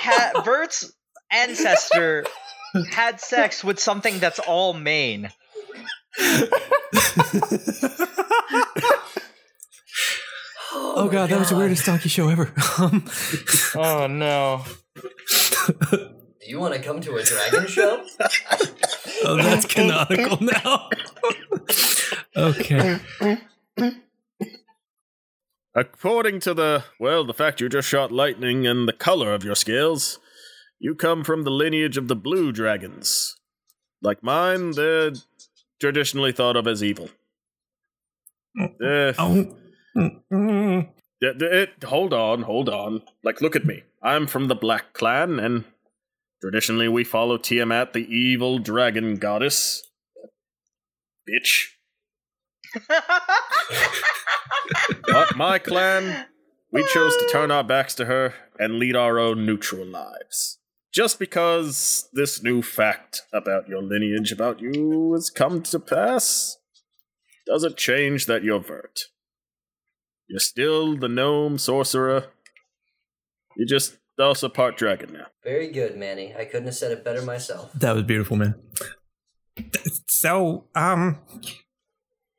Speaker 1: ha- Bert's ancestor had sex with something that's all Maine?
Speaker 8: Oh, god, that was the weirdest donkey show ever. Um,
Speaker 1: Oh no!
Speaker 3: Do you want to come to a dragon show?
Speaker 8: oh, that's canonical now. okay.
Speaker 5: According to the, well, the fact you just shot lightning and the color of your scales, you come from the lineage of the blue dragons. Like mine, they're traditionally thought of as evil. Eh,
Speaker 8: Oh, mm, mm.
Speaker 5: Yeah, th- it, hold on, hold on. Like, look at me. I'm from the Black Clan, and traditionally we follow Tiamat, the evil dragon goddess. Bitch. but my clan, we chose to turn our backs to her and lead our own neutral lives. Just because this new fact about your lineage, about you, has come to pass, doesn't change that you're Vert. You're still the gnome sorcerer. You're just also part dragon now.
Speaker 3: Very good, Manny. I couldn't have said it better myself.
Speaker 8: That was beautiful, man. So, um,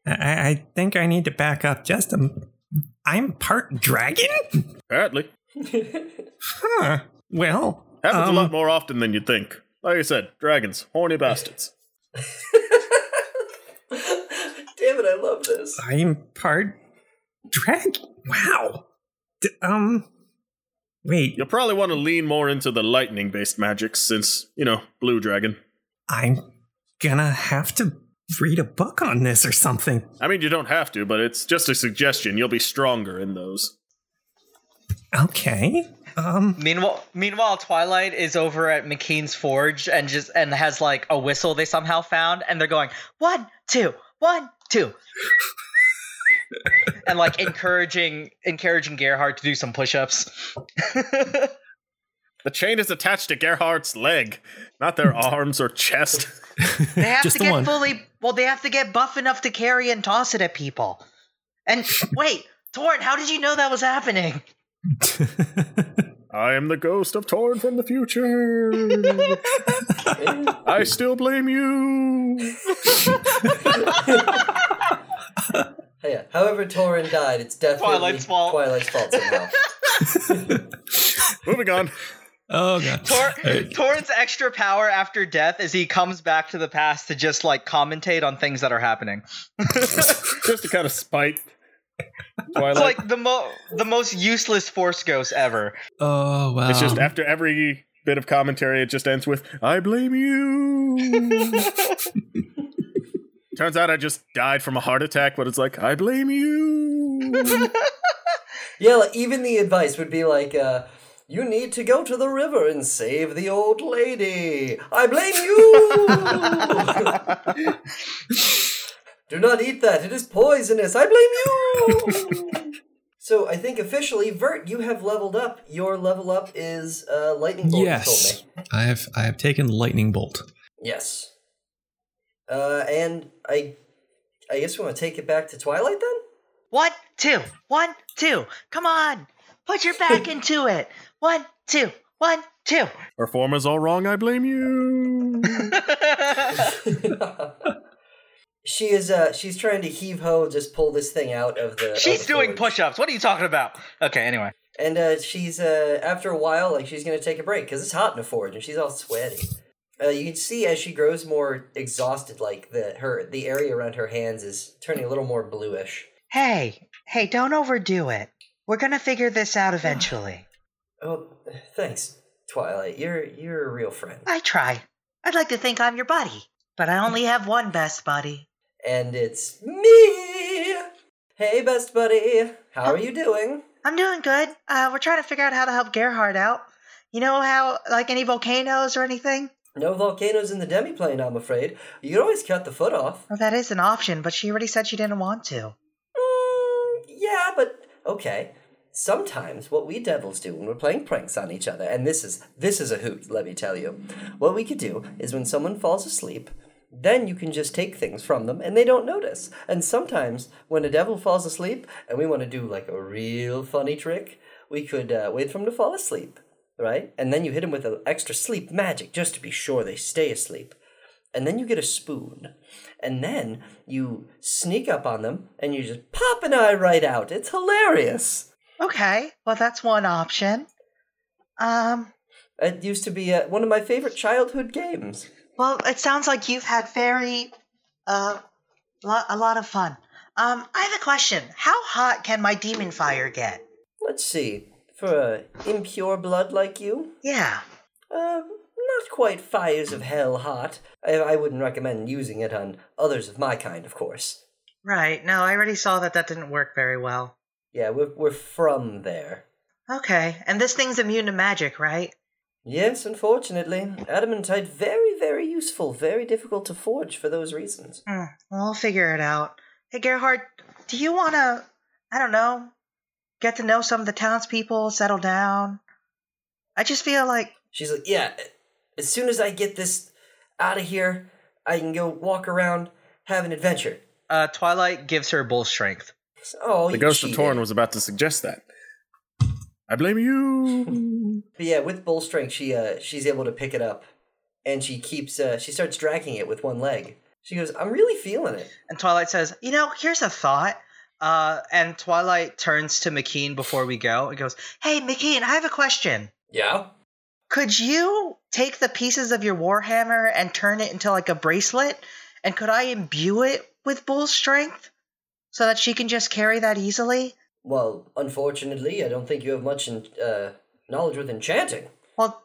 Speaker 8: I, I think I need to back up just a. I'm part dragon?
Speaker 5: Apparently.
Speaker 8: Huh. Well,
Speaker 5: Happens
Speaker 8: um,
Speaker 5: a lot more often than you'd think. Like I said, dragons, horny bastards.
Speaker 3: Damn it, I love this.
Speaker 8: I'm part dragon. Wow. D- um, wait.
Speaker 5: You'll probably want to lean more into the lightning based magics since, you know, blue dragon.
Speaker 8: I'm gonna have to read a book on this or something.
Speaker 5: I mean, you don't have to, but it's just a suggestion. You'll be stronger in those.
Speaker 8: Okay. Um,
Speaker 1: Meanwhile, meanwhile, Twilight is over at McKean's forge and just and has like a whistle they somehow found, and they're going one, two, one, two, and like encouraging encouraging Gerhard to do some push-ups.
Speaker 5: The chain is attached to Gerhardt's leg, not their arms or chest.
Speaker 9: They have
Speaker 8: Just
Speaker 9: to
Speaker 8: the
Speaker 9: get
Speaker 8: one.
Speaker 9: fully. Well, they have to get buff enough to carry and toss it at people. And wait, Torn, how did you know that was happening?
Speaker 5: I am the ghost of Torn from the future. I still blame you.
Speaker 3: Hey, yeah. However, Torin died. It's definitely
Speaker 1: Twilight's fault.
Speaker 3: Twilight's fault somehow.
Speaker 5: Moving on.
Speaker 8: oh god.
Speaker 1: Tor-
Speaker 8: All right.
Speaker 1: Torrent's extra power after death is he comes back to the past to just like commentate on things that are happening.
Speaker 5: just to kind of spite
Speaker 1: It's
Speaker 5: Twilight.
Speaker 1: like the mo- the most useless force ghost ever.
Speaker 8: Oh wow.
Speaker 5: it's
Speaker 1: um,
Speaker 5: just after every bit of commentary, it just ends with "I blame you." Turns out I just died from a heart attack, but it's like I blame you.
Speaker 3: Yeah, like, even the advice would be like, uh, you need to go to the river and save the old lady. I blame you. Do not eat that. It is poisonous. I blame you. so I think officially, Vert, you have leveled up. Your level up is uh, lightning bolt. you
Speaker 8: yes.
Speaker 3: told me.
Speaker 8: I have I have taken lightning bolt.
Speaker 3: Yes. Uh, and I, I guess we want to take it back to Twilight then.
Speaker 9: One, two, one, two. Come on, put your back into it. One, two, one, two.
Speaker 5: Our form is all wrong. I blame you.
Speaker 3: she is uh she's trying to heave ho just pull this thing out of the of
Speaker 1: She's
Speaker 3: the
Speaker 1: doing
Speaker 3: forge.
Speaker 1: push-ups. What are you talking about? Okay, anyway.
Speaker 3: and uh she's uh after a while like she's gonna take a break because it's hot in the forge and she's all sweaty uh, you can see as she grows more exhausted like the her the area around her hands is turning a little more bluish
Speaker 9: Hey, hey, don't overdo it. We're gonna figure this out eventually.
Speaker 3: Oh, thanks, Twilight. You're you're a real friend.
Speaker 9: I try. I'd like to think I'm your buddy, but I only have one best buddy.
Speaker 3: And it's me. Hey, best buddy. How are you doing?
Speaker 9: I'm doing good. Uh, we're trying to figure out how to help Gerhard out. You know how, like, any volcanoes or anything?
Speaker 3: No volcanoes in the demiplane, I'm afraid. You can always cut the foot off.
Speaker 9: Well, that is an option, but she already said she didn't want to.
Speaker 3: Mm, yeah, but okay. Sometimes what we devils do when we're playing pranks on each other, and this is this is a hoot, let me tell you. What we could do is when someone falls asleep, then you can just take things from them and they don't notice. And sometimes when a devil falls asleep and we want to do like a real funny trick, we could uh, wait for him to fall asleep, right? And then you hit him with an extra sleep magic just to be sure they stay asleep. And then you get a spoon. And then you sneak up on them and you just pop an eye right out. It's hilarious.
Speaker 9: Okay, well, that's one option. Um,
Speaker 3: It used to be uh, one of my favorite childhood games.
Speaker 9: well, it sounds like you've had very, uh, lo- a lot of fun. Um, I have a question. How hot can my demon fire get?
Speaker 3: Let's see. For uh, impure blood like you,
Speaker 9: Yeah.
Speaker 3: Uh, not quite fires of hell hot. I, I wouldn't recommend using it on others of my kind, of course.
Speaker 9: Right. No, I already saw that that didn't work very well.
Speaker 3: Yeah, we're, we're from there.
Speaker 9: Okay. And this thing's immune to magic, right?
Speaker 3: Yes, unfortunately. Adamantite, very, very useful, very difficult to forge for those reasons.
Speaker 9: Hmm. Well, I'll figure it out. Hey, Gerhard, do you want to, I don't know, get to know some of the townspeople, settle down? I just feel like,
Speaker 3: She's like, yeah, as soon as I get this out of here, I can go walk around, have an adventure.
Speaker 1: Uh, Twilight gives her bull strength.
Speaker 3: Oh,
Speaker 5: The
Speaker 3: you
Speaker 5: ghost of
Speaker 3: cheated.
Speaker 5: Torn was about to suggest that. I blame you.
Speaker 3: But yeah, with bull strength, she uh she's able to pick it up, and she keeps uh she starts dragging it with one leg. She goes, "I'm really feeling it."
Speaker 1: And Twilight says, You know, here's a thought. Uh, and Twilight turns to McKean before we go and goes,
Speaker 9: hey, McKean, I have a question.
Speaker 3: Yeah.
Speaker 9: Could you take the pieces of your Warhammer and turn it into like a bracelet? And could I imbue it with bull strength so that she can just carry that easily?
Speaker 3: Well, unfortunately, I don't think you have much in, uh knowledge with enchanting.
Speaker 9: Well,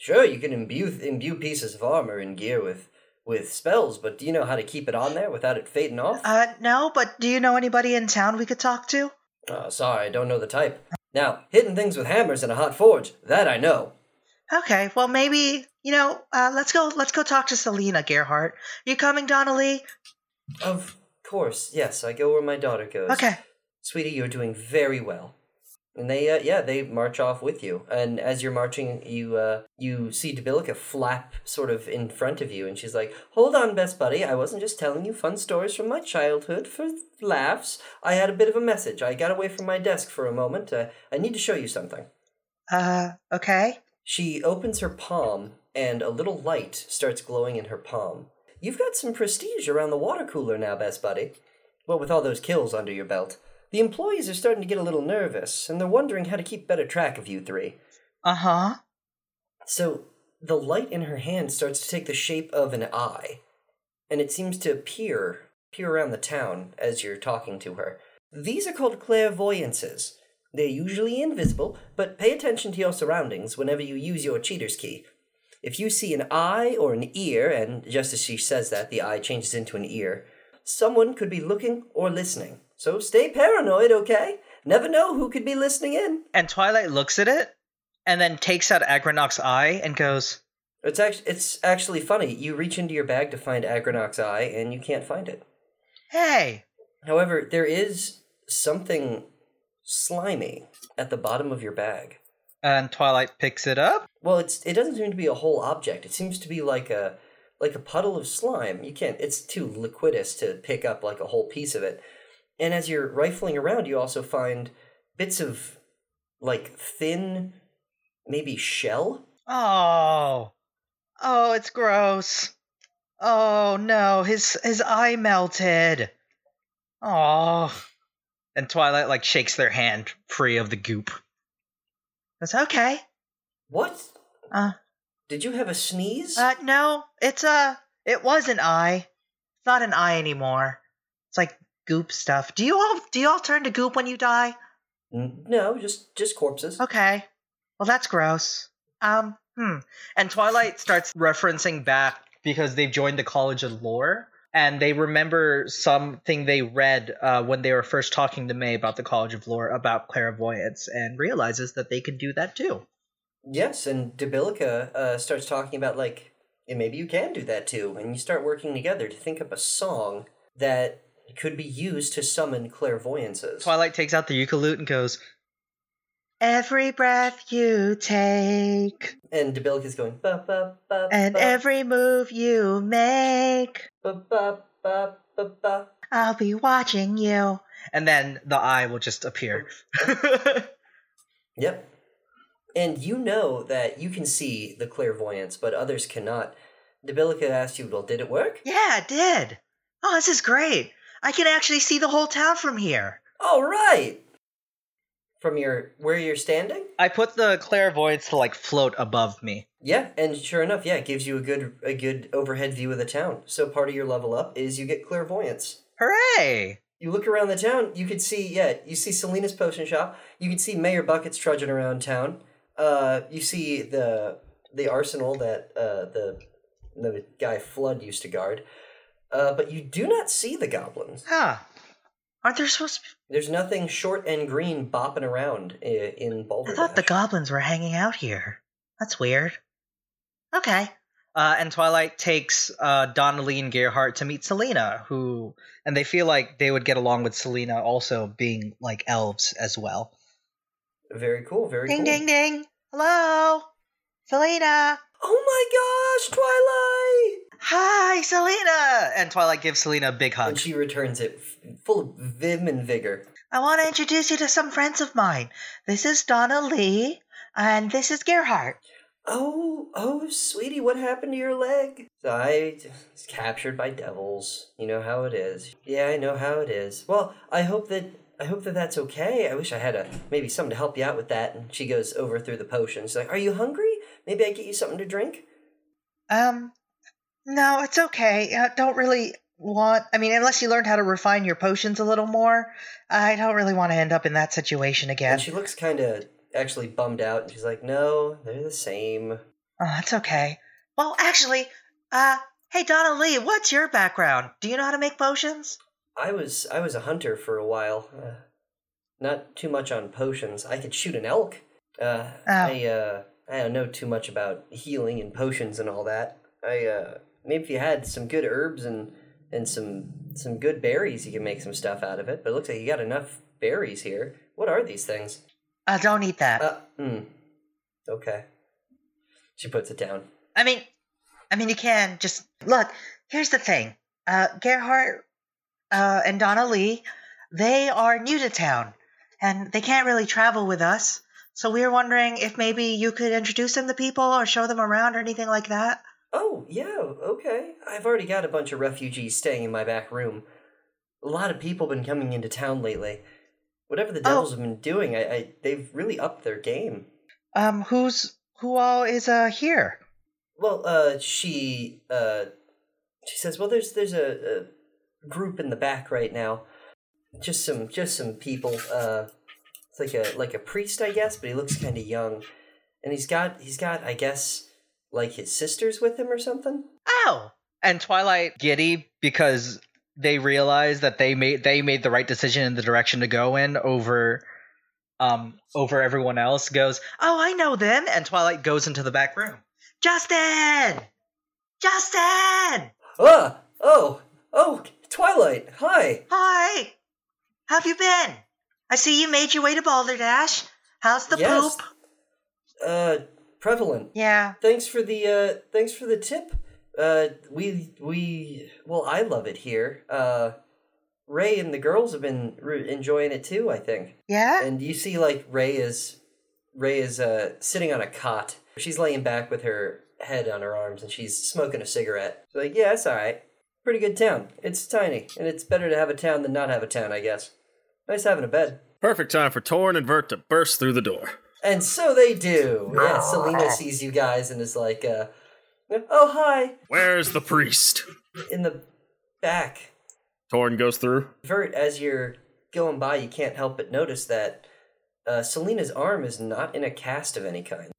Speaker 3: Sure, you can imbue imbue pieces of armor and gear with with spells, but do you know how to keep it on there without it fading off?
Speaker 9: uh, no, but do you know anybody in town we could talk to?
Speaker 3: oh, sorry, I don't know the type. Now, hitting things with hammers in a hot forge, that I know.
Speaker 9: Okay, well maybe you know. Uh, let's go. Let's go talk to Selena Gerhart. You coming, Donnelly?
Speaker 3: Of course, yes, I go where my daughter goes.
Speaker 9: Okay.
Speaker 3: sweetie, you're doing very well. And they, uh, yeah, they march off with you. And as you're marching, you uh, you see Debilica flap sort of in front of you, and she's like, "Hold on, best buddy. I wasn't just telling you fun stories from my childhood for laughs. I had a bit of a message. I got away from my desk for a moment. Uh, I need to show you something."
Speaker 9: Uh, okay.
Speaker 3: She opens her palm, and a little light starts glowing in her palm. You've got some prestige around the water cooler now, best buddy. Well, with all those kills under your belt, the employees are starting to get a little nervous, and they're wondering how to keep better track of you three.
Speaker 9: Uh huh.
Speaker 3: So, the light in her hand starts to take the shape of an eye, and it seems to peer, peer around the town as you're talking to her. These are called clairvoyances. They're usually invisible, but pay attention to your surroundings whenever you use your cheater's key. If you see an eye or an ear, and just as she says that, the eye changes into an ear, someone could be looking or listening. So stay paranoid, okay? Never know who could be listening in.
Speaker 1: And Twilight looks at it and then takes out Agronok's eye and goes,
Speaker 3: It's act- it's actually funny. You reach into your bag to find Agronok's eye, and you can't find it.
Speaker 1: Hey,
Speaker 3: However, there is something slimy at the bottom of your bag.
Speaker 1: and Twilight picks it up.
Speaker 3: Well, it's it doesn't seem to be a whole object. It seems to be like a like a puddle of slime. You can't. It's too liquidous to pick up like a whole piece of it. And as you're rifling around, you also find bits of like thin, maybe shell.
Speaker 1: Oh,
Speaker 9: Oh, it's gross. Oh no, his his eye melted.
Speaker 1: oh. And Twilight like shakes their hand free of the goop.
Speaker 9: That's okay.
Speaker 3: What?
Speaker 9: Uh.
Speaker 3: Did you have a sneeze?
Speaker 9: Uh, no, it's
Speaker 1: uh,
Speaker 9: a. It was an eye. It's not an eye anymore. It's like goop stuff. Do you all do you all turn to goop when you die?
Speaker 3: N- No, just just corpses.
Speaker 9: Okay. Well, that's gross. Um, hmm.
Speaker 1: And Twilight starts referencing back because they've joined the College of Lore and they remember something they read uh, when they were first talking to May about the College of Lore about clairvoyance and realizes that they can do that too.
Speaker 3: Yes, and Debilica uh, starts talking about like, and maybe you can do that too, and you start working together to think up a song that could be used to summon clairvoyances.
Speaker 1: Twilight takes out the ukulele and goes,
Speaker 9: Every breath you take
Speaker 3: And Debilica's going ba ba ba
Speaker 9: and
Speaker 3: ba,
Speaker 9: every move you make,
Speaker 3: ba ba ba ba ba.
Speaker 9: I'll be watching you.
Speaker 1: and then the eye will just appear.
Speaker 3: Yep. And you know that you can see the clairvoyance, but others cannot. Debilica asked you, "Well, did it work?"
Speaker 9: Yeah, it did. Oh, this is great. I can actually see the whole town from here.
Speaker 3: All right. From your where you're standing.
Speaker 1: I put the clairvoyance to like float above me.
Speaker 3: Yeah, and sure enough, yeah, it gives you a good a good overhead view of the town. So part of your level up is you get clairvoyance.
Speaker 1: Hooray!
Speaker 3: You look around the town, you could see yeah, you see Selena's potion shop, you could see Mayor Buckets trudging around town. Uh you see the the arsenal that uh the the guy Flood used to guard. Uh but you do not see the goblins.
Speaker 9: Huh. Aren't there supposed to be-
Speaker 3: There's nothing short and green bopping around i- in Boulder.
Speaker 9: I thought the
Speaker 3: Dash.
Speaker 9: goblins were hanging out here. That's weird. Okay.
Speaker 1: Uh, and Twilight takes uh, Donnelly and Gerhardt to meet Selena, who, and they feel like they would get along with Selena also being like elves as well.
Speaker 3: Very cool, very
Speaker 9: Ding
Speaker 3: cool.
Speaker 9: ding ding. Hello. Selena.
Speaker 3: Oh my gosh, Twilight!
Speaker 9: Hi, Selena.
Speaker 1: And Twilight gives Selena a big
Speaker 3: And
Speaker 1: hug.
Speaker 3: she returns it f- full of vim and vigor.
Speaker 9: I want to introduce you to some friends of mine. This is Donna Lee, and this is Gerhardt.
Speaker 3: Oh, oh, sweetie, what happened to your leg? I was captured by devils. You know how it is. Yeah, I know how it is. Well, I hope that I hope that that's okay. I wish I had a maybe something to help you out with that. And she goes over through the potion. She's like, "Are you hungry? Maybe I get you something to drink."
Speaker 9: Um, no, it's okay. I don't really want. I mean, unless you learned how to refine your potions a little more, I don't really want to end up in that situation again.
Speaker 3: And she looks kind of actually bummed out. And she's like, "No, they're the same."
Speaker 9: Oh, it's okay. Well, actually, uh, hey, Donna Lee, what's your background? Do you know how to make potions?
Speaker 3: I was I was a hunter for a while. Uh, not too much on potions. I could shoot an elk. Uh, I uh, I don't know too much about healing and potions and all that. I uh, maybe if you had some good herbs and and some some good berries, you can make some stuff out of it. But it looks like you got enough berries here. What are these things?
Speaker 9: Uh, don't eat that.
Speaker 3: Uh, mm, okay. She puts it down.
Speaker 9: I mean, I mean, you can just look. Here's the thing: uh, Gerhardt uh, and Donna Lee, they are new to town, and they can't really travel with us. So we were wondering if maybe you could introduce them to people or show them around or anything like that.
Speaker 3: Oh, yeah, okay. I've already got a bunch of refugees staying in my back room. A lot of people been coming into town lately. Whatever the devils have been doing, I, I they've really upped their game.
Speaker 9: Um, who's who all is uh here?
Speaker 3: Well, uh, she uh, she says, well, there's there's a, a group in the back right now. Just some just some people. Uh, it's like a like a priest, I guess, but he looks kind of young, and he's got he's got I guess like his sisters with him or something.
Speaker 9: Oh,
Speaker 1: And Twilight giddy because they realize that they made they made the right decision in the direction to go in over um over everyone else goes, "Oh, I know them." And Twilight goes into the back room.
Speaker 9: Justin! Justin!
Speaker 3: Ah! Oh! Oh! Twilight! Hi!
Speaker 9: Hi. How have you been? I see you made your way to Balderdash. How's the
Speaker 3: Yes.
Speaker 9: poop?
Speaker 3: Uh, prevalent.
Speaker 9: Yeah.
Speaker 3: Thanks for the uh, thanks for the tip. Uh, we we well, I love it here. Uh, Ray and the girls have been re- enjoying it too. I think.
Speaker 9: Yeah?
Speaker 3: And you see, like Ray is Ray is uh sitting on a cot. She's laying back with her head on her arms, and she's smoking a cigarette. She's like, yeah, it's all right. Pretty good town. It's tiny, and it's better to have a town than not have a town, I guess. Nice having a bed.
Speaker 5: Perfect time for Torn and Vert to burst through the door.
Speaker 3: And so they do. Yeah, Selena sees you guys and is like, uh, oh, hi,
Speaker 5: Where's the priest?
Speaker 3: in the back.
Speaker 5: Torn goes through.
Speaker 3: Vert, as you're going by, you can't help but notice that Uh, Selena's arm is not in a cast of any kind.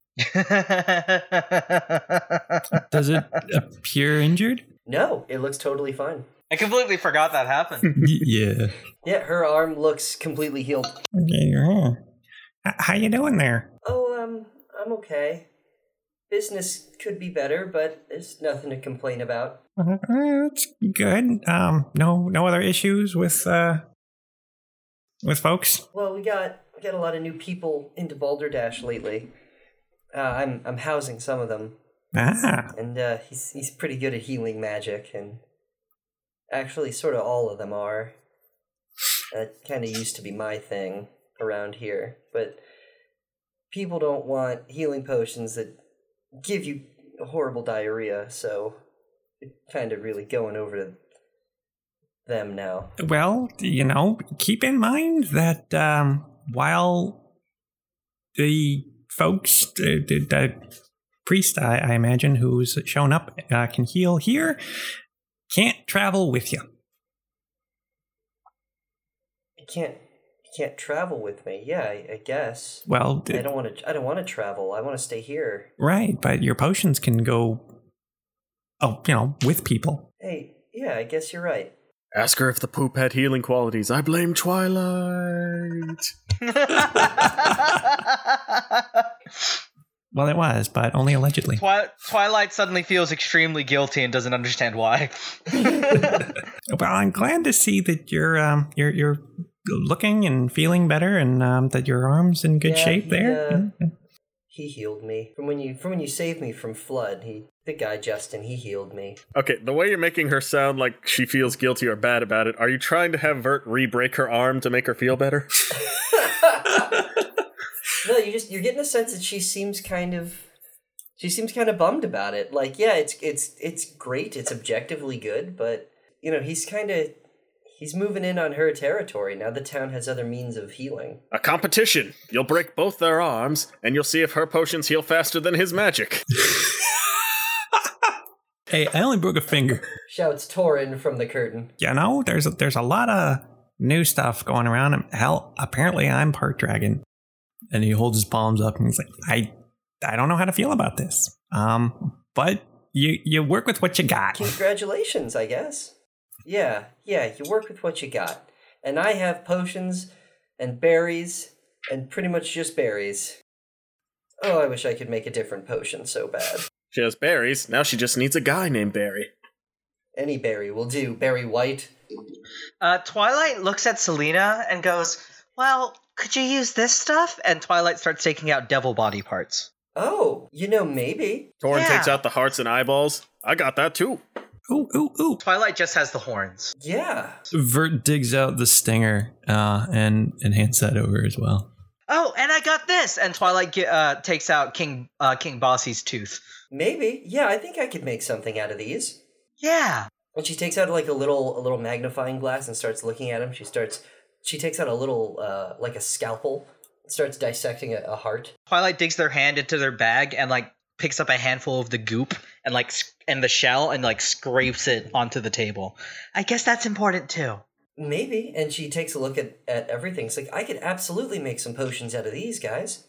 Speaker 8: Does it appear injured?
Speaker 3: No, it looks totally fine.
Speaker 1: I completely forgot that happened.
Speaker 8: Y- yeah.
Speaker 3: Yeah, her arm looks completely healed.
Speaker 8: Okay, yeah. H- How you doing there?
Speaker 3: Oh, um, I'm okay. Business could be better, but there's nothing to complain about.
Speaker 8: Uh, it's good. Um, no, no other issues with uh, with folks.
Speaker 3: Well, we got we got a lot of new people into Balderdash lately. Uh, I'm I'm housing some of them,
Speaker 8: Ah,
Speaker 3: and uh, he's he's pretty good at healing magic, and actually, sort of all of them are. That kind of used to be my thing around here, but people don't want healing potions that give you horrible diarrhea, so it kind of really going over to them now.
Speaker 8: well, you know, keep in mind that um, while the folks, the, the, the priest, I, I imagine, who's shown up uh, can heal here, can't travel with you.
Speaker 3: You can't you can't travel with me. Yeah, I, I guess.
Speaker 8: Well,
Speaker 3: I don't want to. I don't want to travel. I want to stay here.
Speaker 8: right, but your potions can go, oh, you know, with people.
Speaker 3: Hey, yeah, I guess you're right.
Speaker 5: Ask her if the poop had healing qualities. I blame Twilight.
Speaker 8: Well, it was, but only allegedly.
Speaker 1: Twi- Twilight suddenly feels extremely guilty and doesn't understand why.
Speaker 8: Well, I'm glad to see that you're um, you're you're looking and feeling better, and um, that your arm's in good
Speaker 3: Yeah,
Speaker 8: shape
Speaker 3: he, uh,
Speaker 8: there. Mm-hmm.
Speaker 3: He healed me from when you from when you saved me from flood. He, the guy Justin, he healed me.
Speaker 5: Okay, the way you're making her sound like she feels guilty or bad about it, are you trying to have Vert re break her arm to make her feel better?
Speaker 3: No, you just you're getting a sense that she seems kind of, she seems kind of bummed about it. Like, yeah, it's it's it's great. It's objectively good, but you know, he's kind of he's moving in on her territory now. The town has other means of healing.
Speaker 5: A competition! You'll break both their arms, and you'll see if her potions heal faster than his magic.
Speaker 8: Hey, I only broke a finger.
Speaker 3: Shouts Torin from the curtain.
Speaker 8: You know, there's a, there's a lot of new stuff going around. And hell, apparently I'm part dragon. And he holds his palms up and he's like, I I don't know how to feel about this. Um, but you you work with what you got.
Speaker 3: Congratulations, I guess. Yeah, yeah, you work with what you got. And I have potions and berries and pretty much just berries. Oh, I wish I could make a different potion so bad.
Speaker 5: She has berries, now she just needs a guy named Barry.
Speaker 3: Any berry will do. Berry white.
Speaker 1: Uh, Twilight looks at Selena and goes, Well, could you use this stuff? And Twilight starts taking out devil body parts.
Speaker 3: Oh, you know, maybe.
Speaker 5: Torin
Speaker 1: Yeah.
Speaker 5: takes out the hearts and eyeballs. I got that too.
Speaker 8: Ooh, ooh, ooh.
Speaker 1: Twilight just has the horns.
Speaker 3: Yeah.
Speaker 8: Vert digs out the stinger uh, and, and hands that over as well.
Speaker 1: Oh, and I got this! And Twilight ge- uh, takes out King uh, King Bossy's tooth.
Speaker 3: Maybe. Yeah, I think I could make something out of these.
Speaker 1: Yeah.
Speaker 3: And she takes out like a little a little magnifying glass and starts looking at him. She starts she takes out a little uh like a scalpel and starts dissecting a, a heart.
Speaker 1: Twilight digs their hand into their bag and like picks up a handful of the goop and like sc- and the shell and like scrapes it onto the table. I guess that's important too.
Speaker 3: Maybe. And she takes a look at, at everything. It's like, I could absolutely make some potions out of these guys.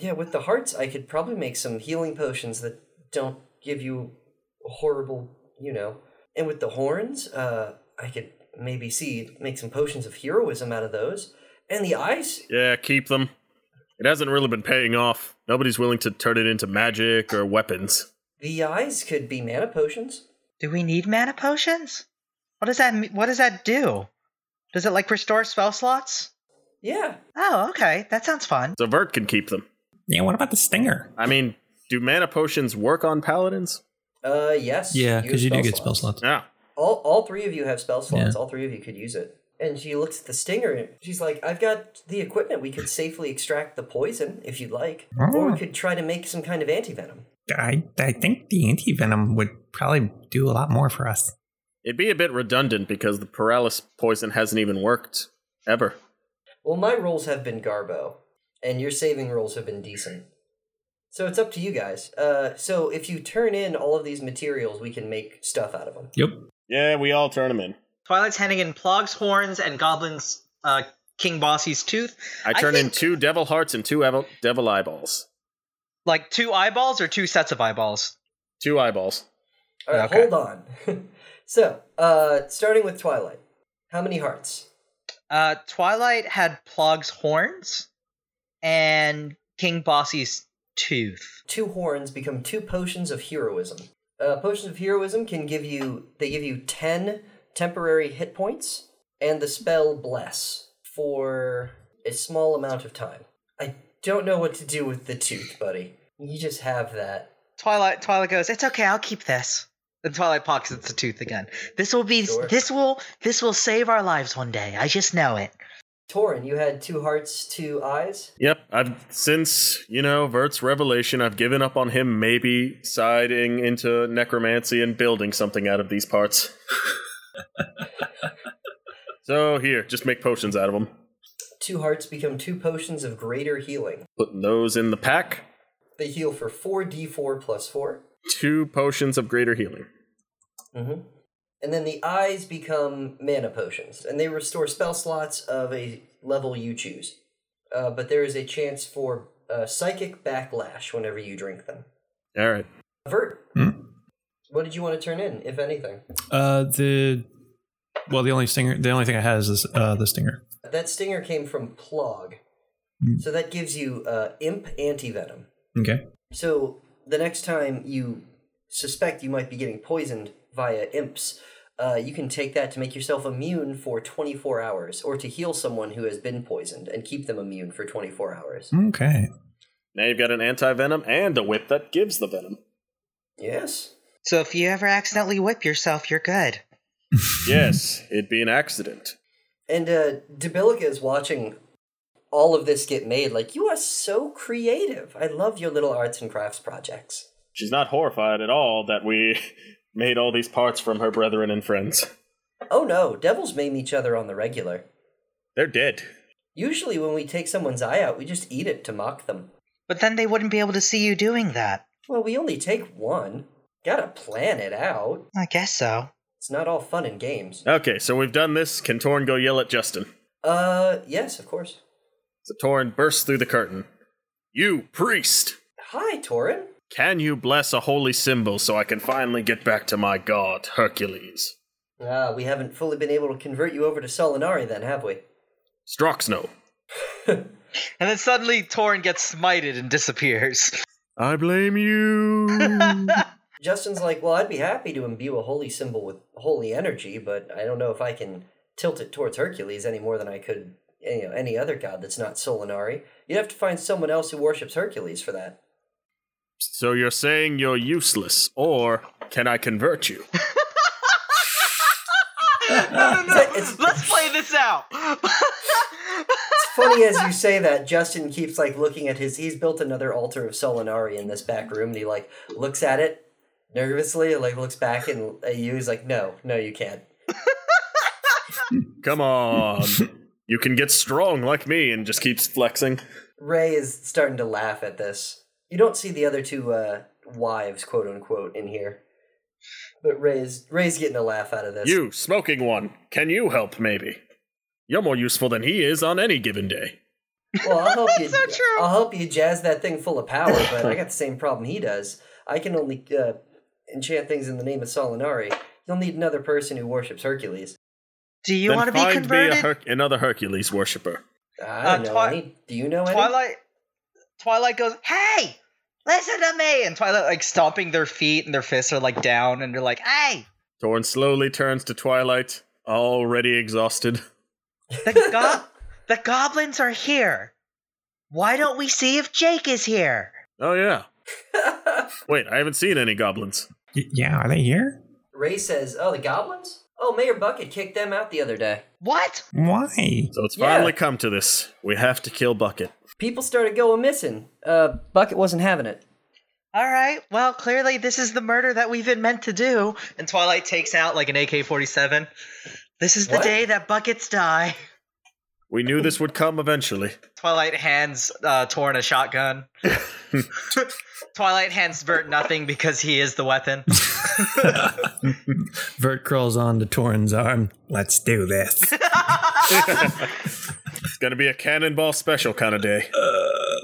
Speaker 3: Yeah, with the hearts, I could probably make some healing potions that don't give you horrible, you know. And with the horns, uh, I could maybe see, make some potions of heroism out of those. And the eyes,
Speaker 5: Yeah, keep them. It hasn't really been paying off. Nobody's willing to turn it into magic or weapons.
Speaker 3: the eyes could be mana potions.
Speaker 1: Do we need mana potions? What does that me- what does that do? Does it like restore spell slots?
Speaker 3: Yeah.
Speaker 1: Oh, okay. That sounds fun.
Speaker 5: So Vert can keep them.
Speaker 8: Yeah, what about the stinger?
Speaker 5: I mean, do mana potions work on paladins? Ah,
Speaker 3: Uh, yes.
Speaker 8: Yeah,
Speaker 3: have
Speaker 8: because you do get spell
Speaker 3: slots.
Speaker 8: slots.
Speaker 5: Yeah.
Speaker 3: All, all three of you have spell slots.
Speaker 8: Yeah.
Speaker 3: All three of you could use it. And she looks at the stinger and she's like, I've got the equipment. We could safely extract the poison if you'd like. Or
Speaker 8: Oh.
Speaker 3: we could try to make some kind of antivenom.
Speaker 8: I, I think the anti venom would probably do a lot more for us.
Speaker 5: It'd be a bit redundant because the paralysis poison hasn't even worked ever.
Speaker 3: Well, my rolls have been Garbo, and your saving rolls have been decent. So it's up to you guys. Uh, so if you turn in all of these materials, we can make stuff out of them.
Speaker 8: Yep.
Speaker 5: Yeah, we all turn them in.
Speaker 1: Twilight's handing in Plog's horns and Goblin's uh, King Bossy's tooth.
Speaker 5: I turn in
Speaker 1: think-
Speaker 5: two devil hearts and two abo- devil eyeballs.
Speaker 1: Like two eyeballs or two sets of eyeballs?
Speaker 5: Two eyeballs.
Speaker 3: All right,
Speaker 1: Okay.
Speaker 3: hold on. so, uh, starting with Twilight, how many hearts?
Speaker 1: Uh, Twilight had Plog's horns and King Bossy's tooth.
Speaker 3: Two horns become two potions of heroism. Uh, potions of heroism can give you they give you ten temporary hit points and the spell bless for a small amount of time. I don't know what to do with the tooth, buddy. You just have that.
Speaker 1: Twilight Twilight goes, "It's okay, I'll keep this." And Twilight pockets the tooth again. This will be
Speaker 3: Sure.
Speaker 1: this will this will save our lives one day. I just know it.
Speaker 3: Torin, you had two hearts, two eyes.
Speaker 5: Yep, I've since you know Vert's revelation, I've given up on him maybe siding into necromancy and building something out of these parts. so here, just make potions out of them.
Speaker 3: Two hearts become two potions of greater healing.
Speaker 5: Putting those in the pack.
Speaker 3: They heal for four d4 plus four.
Speaker 5: Two potions of greater healing.
Speaker 3: Mm-hmm. And then the eyes become mana potions, and they restore spell slots of a level you choose. Uh, but there is a chance for uh, psychic backlash whenever you drink them.
Speaker 5: All right.
Speaker 3: Vert,
Speaker 8: Hmm?
Speaker 3: what did you want to turn in, if anything?
Speaker 8: Uh, the well, the only stinger, the only thing I had is this, uh, the stinger.
Speaker 3: That stinger came from Plog, so that gives you uh, Imp Antivenom.
Speaker 8: Okay.
Speaker 3: So the next time you suspect you might be getting poisoned via imps, uh, you can take that to make yourself immune for 24 hours, or to heal someone who has been poisoned and keep them immune for 24
Speaker 8: Hmm.
Speaker 3: hours.
Speaker 8: Okay.
Speaker 5: Now you've got an anti venom and a whip that gives the venom.
Speaker 3: Yes.
Speaker 9: So if you ever accidentally whip yourself, you're good.
Speaker 5: Yes, it'd be an accident.
Speaker 3: And uh, Debilica is watching all of this get made. Like, you are so creative. I love your little arts and crafts projects.
Speaker 5: She's not horrified at all that we made all these parts from her brethren and friends.
Speaker 3: Oh no, devils maim each other on the regular.
Speaker 5: They're dead.
Speaker 3: Usually, when we take someone's eye out, we just eat it to mock them.
Speaker 9: But then they wouldn't be able to see you doing that.
Speaker 3: Well, we only take one. Gotta plan it out.
Speaker 9: I guess so.
Speaker 3: It's not all fun and games.
Speaker 5: Okay, so we've done this. Can Torn go yell at Justin?
Speaker 3: Uh, yes, of course.
Speaker 5: So Torn bursts through the curtain. You, priest!
Speaker 3: Hi, Torin.
Speaker 5: Can you bless a holy symbol so I can finally get back to my god, Hercules?
Speaker 3: Ah, we haven't fully been able to convert you over to Solinari then, have we?
Speaker 5: Stroxno.
Speaker 1: And then suddenly Torn gets smited and disappears.
Speaker 5: I blame you.
Speaker 3: Justin's like, well, I'd be happy to imbue a holy symbol with holy energy, but I don't know if I can tilt it towards Hercules any more than I could, you know, any other god that's not Solinari. You'd have to find someone else who worships Hercules for that.
Speaker 5: so you're saying you're useless, or can I convert you?
Speaker 1: no, no, no.
Speaker 3: It's-
Speaker 1: Let's play this out.
Speaker 3: It's funny as you say that, Justin keeps like looking at his. He's built another altar of Solinari in this back room, and he like looks at it nervously, like looks back and at you. He's like, "No, no, you can't."
Speaker 5: Come on. you can get strong like me and just keeps flexing.
Speaker 3: Ray is starting to laugh at this. You don't see the other two uh, wives, quote unquote, in here, but Ray's Ray's getting a laugh out of this.
Speaker 5: You, smoking one, can you help maybe? You're more useful than he is on any given day.
Speaker 3: Well, I'll help you.
Speaker 1: So true.
Speaker 3: I'll help you jazz that thing full of power, but I got the same problem he does. I can only uh, enchant things in the name of Solinari. You'll need another person who worships Hercules.
Speaker 9: Do you
Speaker 5: Then
Speaker 9: want to be
Speaker 5: find me a
Speaker 9: converted?
Speaker 5: Herc- another Hercules worshiper.
Speaker 3: I don't
Speaker 1: Uh,
Speaker 3: know
Speaker 1: Twi-
Speaker 3: any. Do you know any?
Speaker 1: Twilight Twilight goes, "Hey, listen to me!" And Twilight like stomping their feet and their fists are like down, and they're like, "Hey,
Speaker 5: Torn slowly turns to Twilight, already exhausted.
Speaker 1: the god,
Speaker 9: The goblins are here. Why don't we see if Jake is here?
Speaker 5: Oh, yeah. Wait, I haven't seen any goblins.
Speaker 8: Y- yeah, are they here?
Speaker 3: Ray says, "Oh, the goblins? Oh, Mayor Bucket kicked them out the other day.
Speaker 9: What?
Speaker 8: Why?
Speaker 5: So it's
Speaker 3: Yeah.
Speaker 5: finally come to this. We have to kill Bucket.
Speaker 3: People started going missing. Uh, Bucket wasn't having it.
Speaker 9: All right. Well, clearly this is the murder that we've been meant to do.
Speaker 1: And Twilight takes out like an AK 47.
Speaker 9: This is the
Speaker 3: What?
Speaker 9: day that buckets die.
Speaker 5: We knew this would come eventually.
Speaker 1: Twilight hands uh, Torn a shotgun. Twilight hands Bert nothing because he is the weapon.
Speaker 8: Vert crawls onto Torin's arm. Let's do this.
Speaker 5: gonna be a cannonball special kind of day.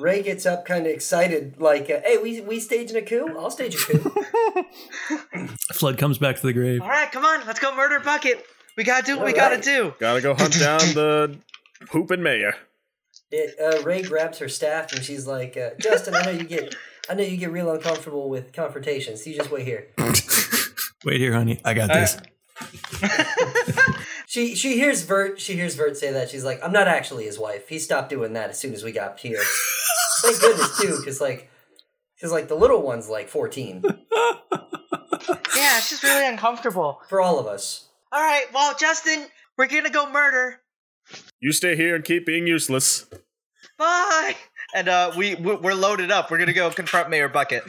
Speaker 3: Ray gets up, kind of excited, like, uh, "Hey, we we staging a coup? I'll stage a coup."
Speaker 8: Flood comes back to the grave.
Speaker 9: All right, come on, let's go murder Bucket. We gotta do what we gotta
Speaker 3: Alright.
Speaker 9: do.
Speaker 5: Gotta go hunt down the pooping mayor.
Speaker 3: it, uh, Ray grabs her staff and she's like, uh, "Justin, I know you get, I know you get real uncomfortable with confrontations. You just wait here."
Speaker 8: Wait here, honey. I got this.
Speaker 3: She she hears Vert she hears Vert say that she's like I'm not actually his wife. He stopped doing that as soon as we got here. Thank goodness too, because like because like the little one's like 14
Speaker 9: Yeah, it's just really uncomfortable.
Speaker 3: for all of us.
Speaker 9: All right, well, Justin, we're gonna go murder.
Speaker 5: You stay here and keep being useless.
Speaker 9: Bye. And uh, we we- we're loaded up. We're gonna go confront Mayor Bucket.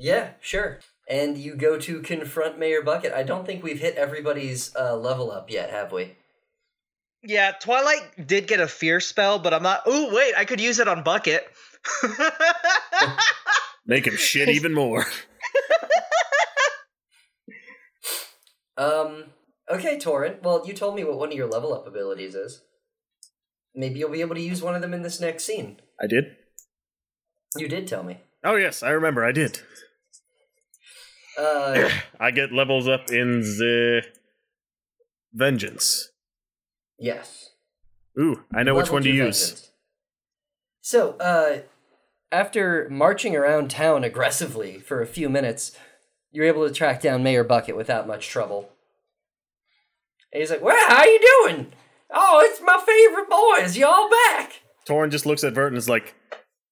Speaker 3: Yeah, sure. And you go to confront Mayor Bucket. I don't think we've hit everybody's uh, level up yet, have we?
Speaker 9: Yeah, Twilight did get a fear spell, but I'm not. Ooh, wait, I could use it on Bucket.
Speaker 5: Make him shit even more.
Speaker 3: Um. Okay, Torrent. Well, you told me what one of your level up abilities is. Maybe you'll be able to use one of them in this next scene.
Speaker 5: I did.
Speaker 3: You did tell me.
Speaker 5: Oh yes, I remember. I did.
Speaker 3: Uh,
Speaker 5: I get levels up in the vengeance.
Speaker 3: yes.
Speaker 5: Ooh, I know which
Speaker 3: Level
Speaker 5: one to
Speaker 3: two
Speaker 5: use.
Speaker 3: vengeance. So, uh, after marching around town aggressively for a few minutes, you're able to track down Mayor Bucket without much trouble. And he's like, "Well, how you doing? Oh, it's my favorite boys. Y'all back?
Speaker 5: Torrin just looks at Vert and is like,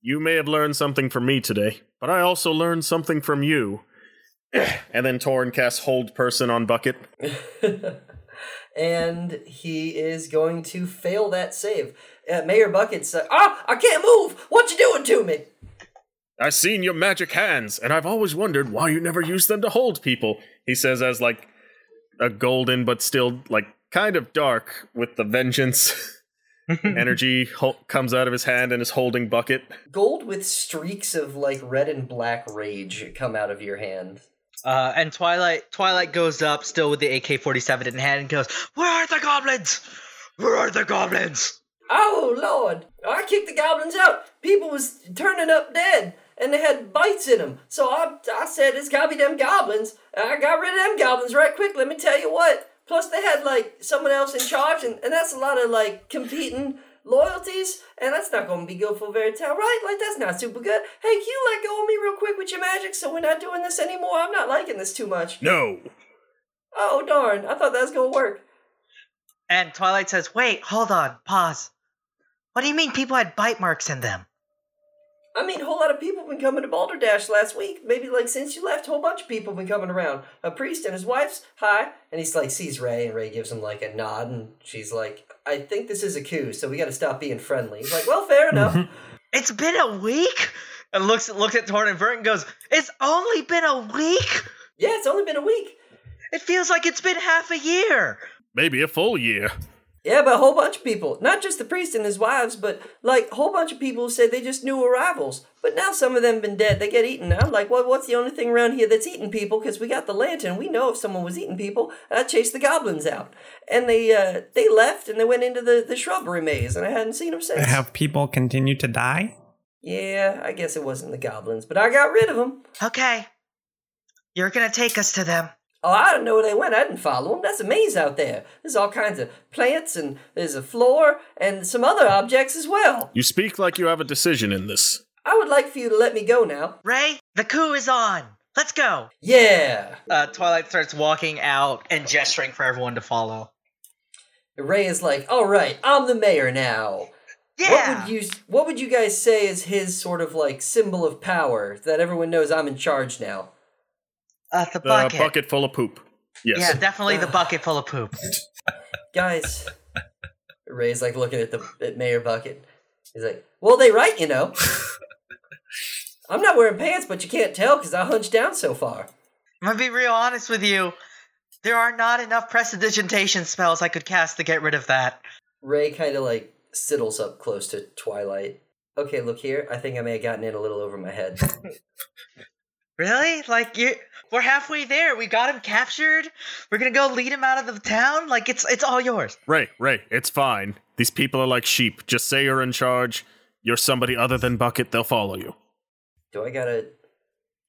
Speaker 5: "You may have learned something from me today, but I also learned something from you." and then Torrin casts Hold Person on Bucket.
Speaker 3: and he is going to fail that save. Uh, Mayor Bucket's like, "Ah, I can't move. What you doing to me?"
Speaker 5: I've seen your magic hands, and I've always wondered why you never use them to hold people. He says as like a golden but still like kind of dark with the vengeance energy ho- comes out of his hand and is holding bucket.
Speaker 3: Gold with streaks of like red and black rage come out of your hand.
Speaker 1: Uh, and Twilight Twilight goes up still with the AK forty seven in hand and goes, "Where are the goblins? Where are the goblins?"
Speaker 3: Oh Lord! I kicked the goblins out. People was turning up dead, and they had bites in them. So I, I said it's gotta be them goblins. And I got rid of them goblins right quick. Let me tell you what. Plus they had like someone else in charge, and, and that's a lot of like competing loyalties, and that's not gonna be good for very town, right? Like that's not super good. Hey, can you let go of me real quick with your magic? So we're not doing this anymore. I'm not liking this too much.
Speaker 5: No.
Speaker 3: Oh darn! I thought that was gonna work.
Speaker 9: And Twilight says, "Wait, hold on, pause. What do you mean people had bite marks in them?
Speaker 3: I mean, a whole lot of people been coming to Balderdash last week. Maybe like since you left, a whole bunch of people been coming around. A priest and his wife's hi, and he's like sees Ray, and Ray gives him like a nod, and she's like, "I think this is a coup, so we got to stop being friendly." He's like, "Well, fair enough."
Speaker 9: It's been a week." And looks looks at Torn and Vert and goes, "It's only been a week.
Speaker 3: yeah, it's only been a week.
Speaker 9: It feels like it's been half a year."
Speaker 5: Maybe a full year.
Speaker 3: Yeah, but a whole bunch of people, not just the priest and his wives, but like a whole bunch of people who said they just new arrivals. But now some of them been dead. They get eaten. I'm like, well, what's the only thing around here that's eating people? Because we got the lantern. We know if someone was eating people. And I chased the goblins out, and they uh, they left and they went into the, the shrubbery maze, and I hadn't seen them since.
Speaker 8: Have people continue to die?
Speaker 3: yeah, I guess it wasn't the goblins, but I got rid of them.
Speaker 9: Okay, you're gonna take us to them.
Speaker 3: Oh, I don't know where they went. I didn't follow them. That's a maze out there. There's all kinds of plants, and there's a floor, and some other objects as well.
Speaker 5: You speak like you have a decision in this.
Speaker 3: I would like for you to let me go now.
Speaker 9: Ray, the coup is on. Let's go."
Speaker 3: Yeah.
Speaker 1: Uh, Twilight starts walking out and gesturing for everyone to follow.
Speaker 3: Ray is like, all right, I'm the mayor now.
Speaker 9: Yeah.
Speaker 3: What would you What would you guys say is his sort of like symbol of power that everyone knows I'm in charge now?
Speaker 9: uh, the
Speaker 5: The
Speaker 9: bucket.
Speaker 5: bucket full of poop. Yes.
Speaker 9: Yeah, definitely the bucket full of poop.
Speaker 3: Guys, Ray's like looking at the at Mayor Bucket. He's like, well, they right, you know. I'm not wearing pants, but you can't tell because I hunched down so far.
Speaker 9: I'm gonna be real honest with you. There are not enough prestidigitation spells I could cast to get rid of that.
Speaker 3: Ray kind of like siddles up close to Twilight. Okay, look here. I think I may have gotten in a little over my head.
Speaker 9: Really? Like you we're halfway there. We got him captured. We're gonna go lead him out of the town. Like it's it's all yours.
Speaker 5: Ray, Ray, it's fine. These people are like sheep. Just say you're in charge. You're somebody other than Bucket. They'll follow you.
Speaker 3: Do I gotta?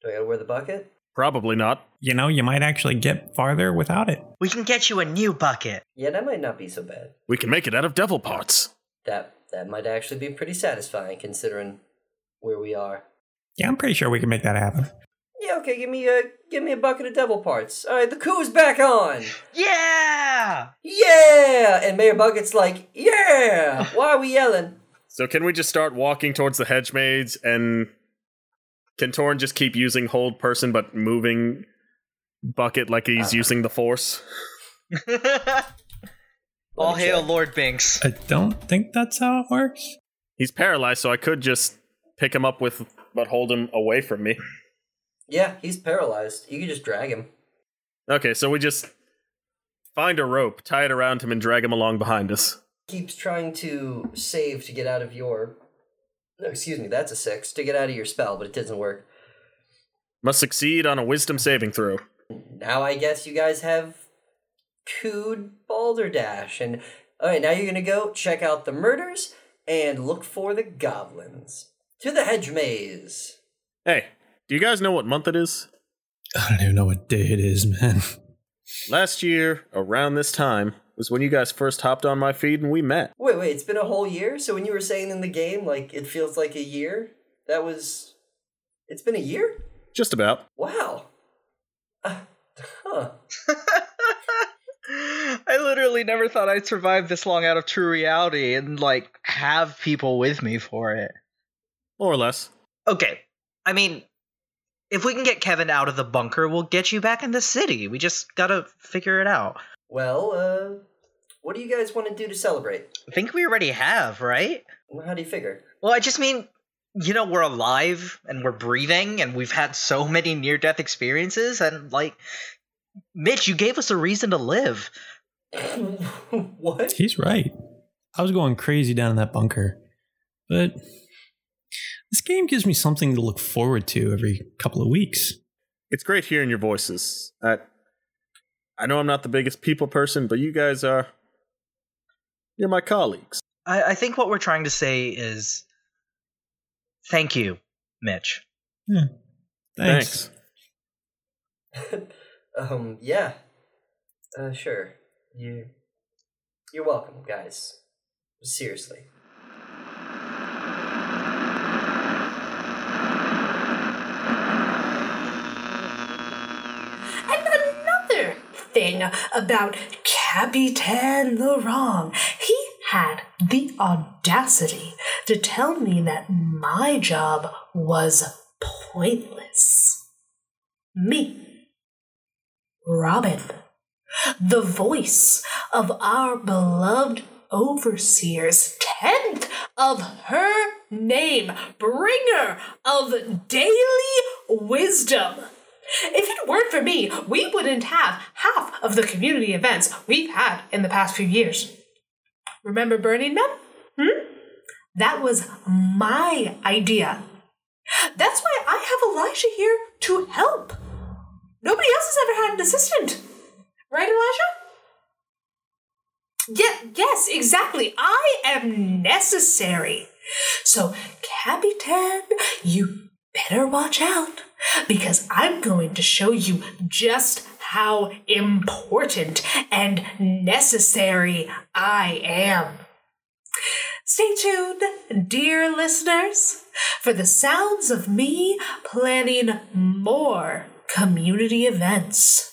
Speaker 3: Do I gotta wear the bucket?
Speaker 5: Probably not.
Speaker 8: You know, you might actually get farther without it.
Speaker 9: We can get you a new bucket.
Speaker 3: Yeah, that might not be so bad.
Speaker 5: We can make it out of devil parts.
Speaker 3: That that might actually be pretty satisfying considering where we are.
Speaker 8: Yeah, I'm pretty sure we can make that happen.
Speaker 3: Yeah, okay. Give me a give me a bucket of devil parts. All right, the coup is back on.
Speaker 9: Yeah!
Speaker 3: Yeah, and Mayor Bucket's like, yeah. Why are we yelling?
Speaker 5: So can we just start walking towards the hedge maids and can Torn just keep using hold person but moving bucket like he's
Speaker 9: Uh-huh.
Speaker 5: using the force?
Speaker 1: All
Speaker 3: me
Speaker 1: hail
Speaker 3: check.
Speaker 1: Lord Binks.
Speaker 8: I don't think that's how it works.
Speaker 5: He's paralyzed, so I could just pick him up with but hold him away from me.
Speaker 3: Yeah, he's paralyzed. You can just drag him.
Speaker 5: Okay, so we just find a rope, tie it around him, and drag him along behind us.
Speaker 3: Keeps trying to save to get out of your. No, excuse me. That's a six to get out of your spell, but it doesn't work.
Speaker 5: Must succeed on a wisdom saving throw.
Speaker 3: Now I guess you guys have cooed Balderdash, and all right, now you're gonna go check out the murders and look for the goblins to the hedge maze.
Speaker 5: Hey, do you guys know what month it is?
Speaker 8: I don't even know what day it is, man.
Speaker 5: Last year, around this time, was when you guys first hopped on my feed and we met.
Speaker 3: Wait, wait, it's been a whole year. So when you were saying in the game, like it feels like a year, that was. It's been a year.
Speaker 5: Just about.
Speaker 3: Wow. Uh, huh.
Speaker 1: I literally never thought I'd survive this long out of true reality and like have people with me for it.
Speaker 5: More or less.
Speaker 1: Okay. I mean, if we can get Kevin out of the bunker, we'll get you back in the city. We just gotta figure it out.
Speaker 3: Well, uh, what do you guys want to do to celebrate?
Speaker 1: I think we already have, right?
Speaker 3: How do you figure?
Speaker 1: Well, I just mean, you know, we're alive and we're breathing and we've had so many near death experiences. And, like, Mitch, you gave us a reason to live.
Speaker 3: what?
Speaker 8: He's right. I was going crazy down in that bunker. But this game gives me something to look forward to every couple of weeks.
Speaker 5: It's great hearing your voices. I, I know I'm not the biggest people person, but you guys are. You're my colleagues.
Speaker 1: I, I think what we're trying to say is thank you, Mitch.
Speaker 8: Thanks.
Speaker 3: Um, yeah. Uh, sure. You. You're welcome, guys. Seriously.
Speaker 7: And another thing about Capitan Laurent. He had the audacity to tell me that my job was pointless. Me, Robin, the voice of our beloved overseer's tenth of her name, bringer of daily wisdom. If it weren't for me, we wouldn't have half of the community events we've had in the past few years. Remember Burning Man? Hmm? That was my idea. That's why I have Elijah here to help. Nobody else has ever had an assistant. Right, Elijah? Yeah, yes, exactly. I am necessary. So, Capitan, you better watch out because I'm going to show you just how important and necessary I am. Stay tuned, dear listeners, for the sounds of me planning more community events.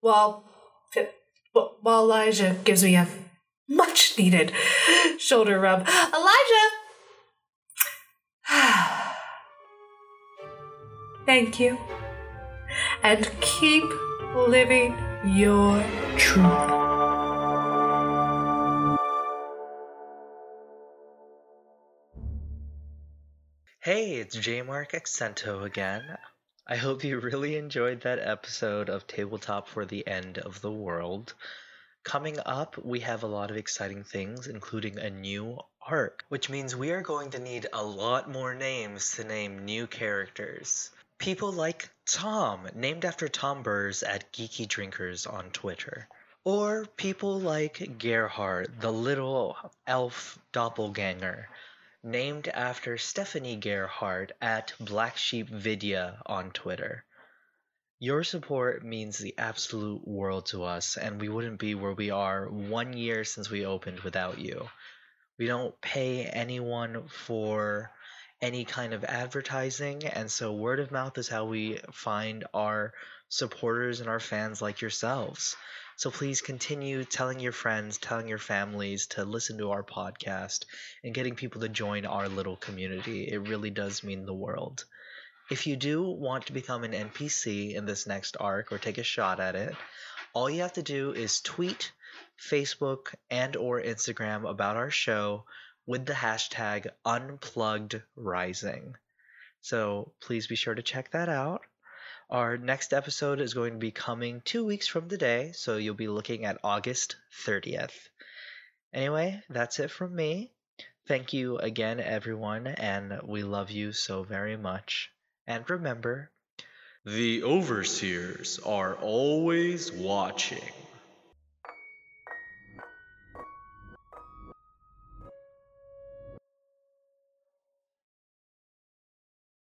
Speaker 7: While, while Elijah gives me a much needed shoulder rub. Elijah! Thank you. And keep living your truth.
Speaker 1: Hey, it's Jmark Accento again. I hope you really enjoyed that episode of Tabletop for the End of the World. Coming up, we have a lot of exciting things, including a new arc, which means we are going to need a lot more names to name new characters. People like Tom, named after Tom Burrs at Geeky Drinkers on Twitter. Or people like Gerhard, the little elf doppelganger, named after Stephanie Gerhard at Black Sheep Vidya on Twitter. Your support means the absolute world to us, and we wouldn't be where we are one year since we opened without you. We don't pay anyone for any kind of advertising, and so word of mouth is how we find our supporters and our fans like yourselves. So please continue telling your friends, telling your families to listen to our podcast, and getting people to join our little community. It really does mean the world. If you do want to become an NPC in this next arc or take a shot at it, all you have to do is tweet, Facebook, and or Instagram about our show with the hashtag unpluggedrising. So please be sure to check that out. Our next episode is going to be coming two weeks from today, so you'll be looking at August 30th. Anyway, that's it from me. Thank you again, everyone, and we love you so very much. And remember, the overseers are always watching.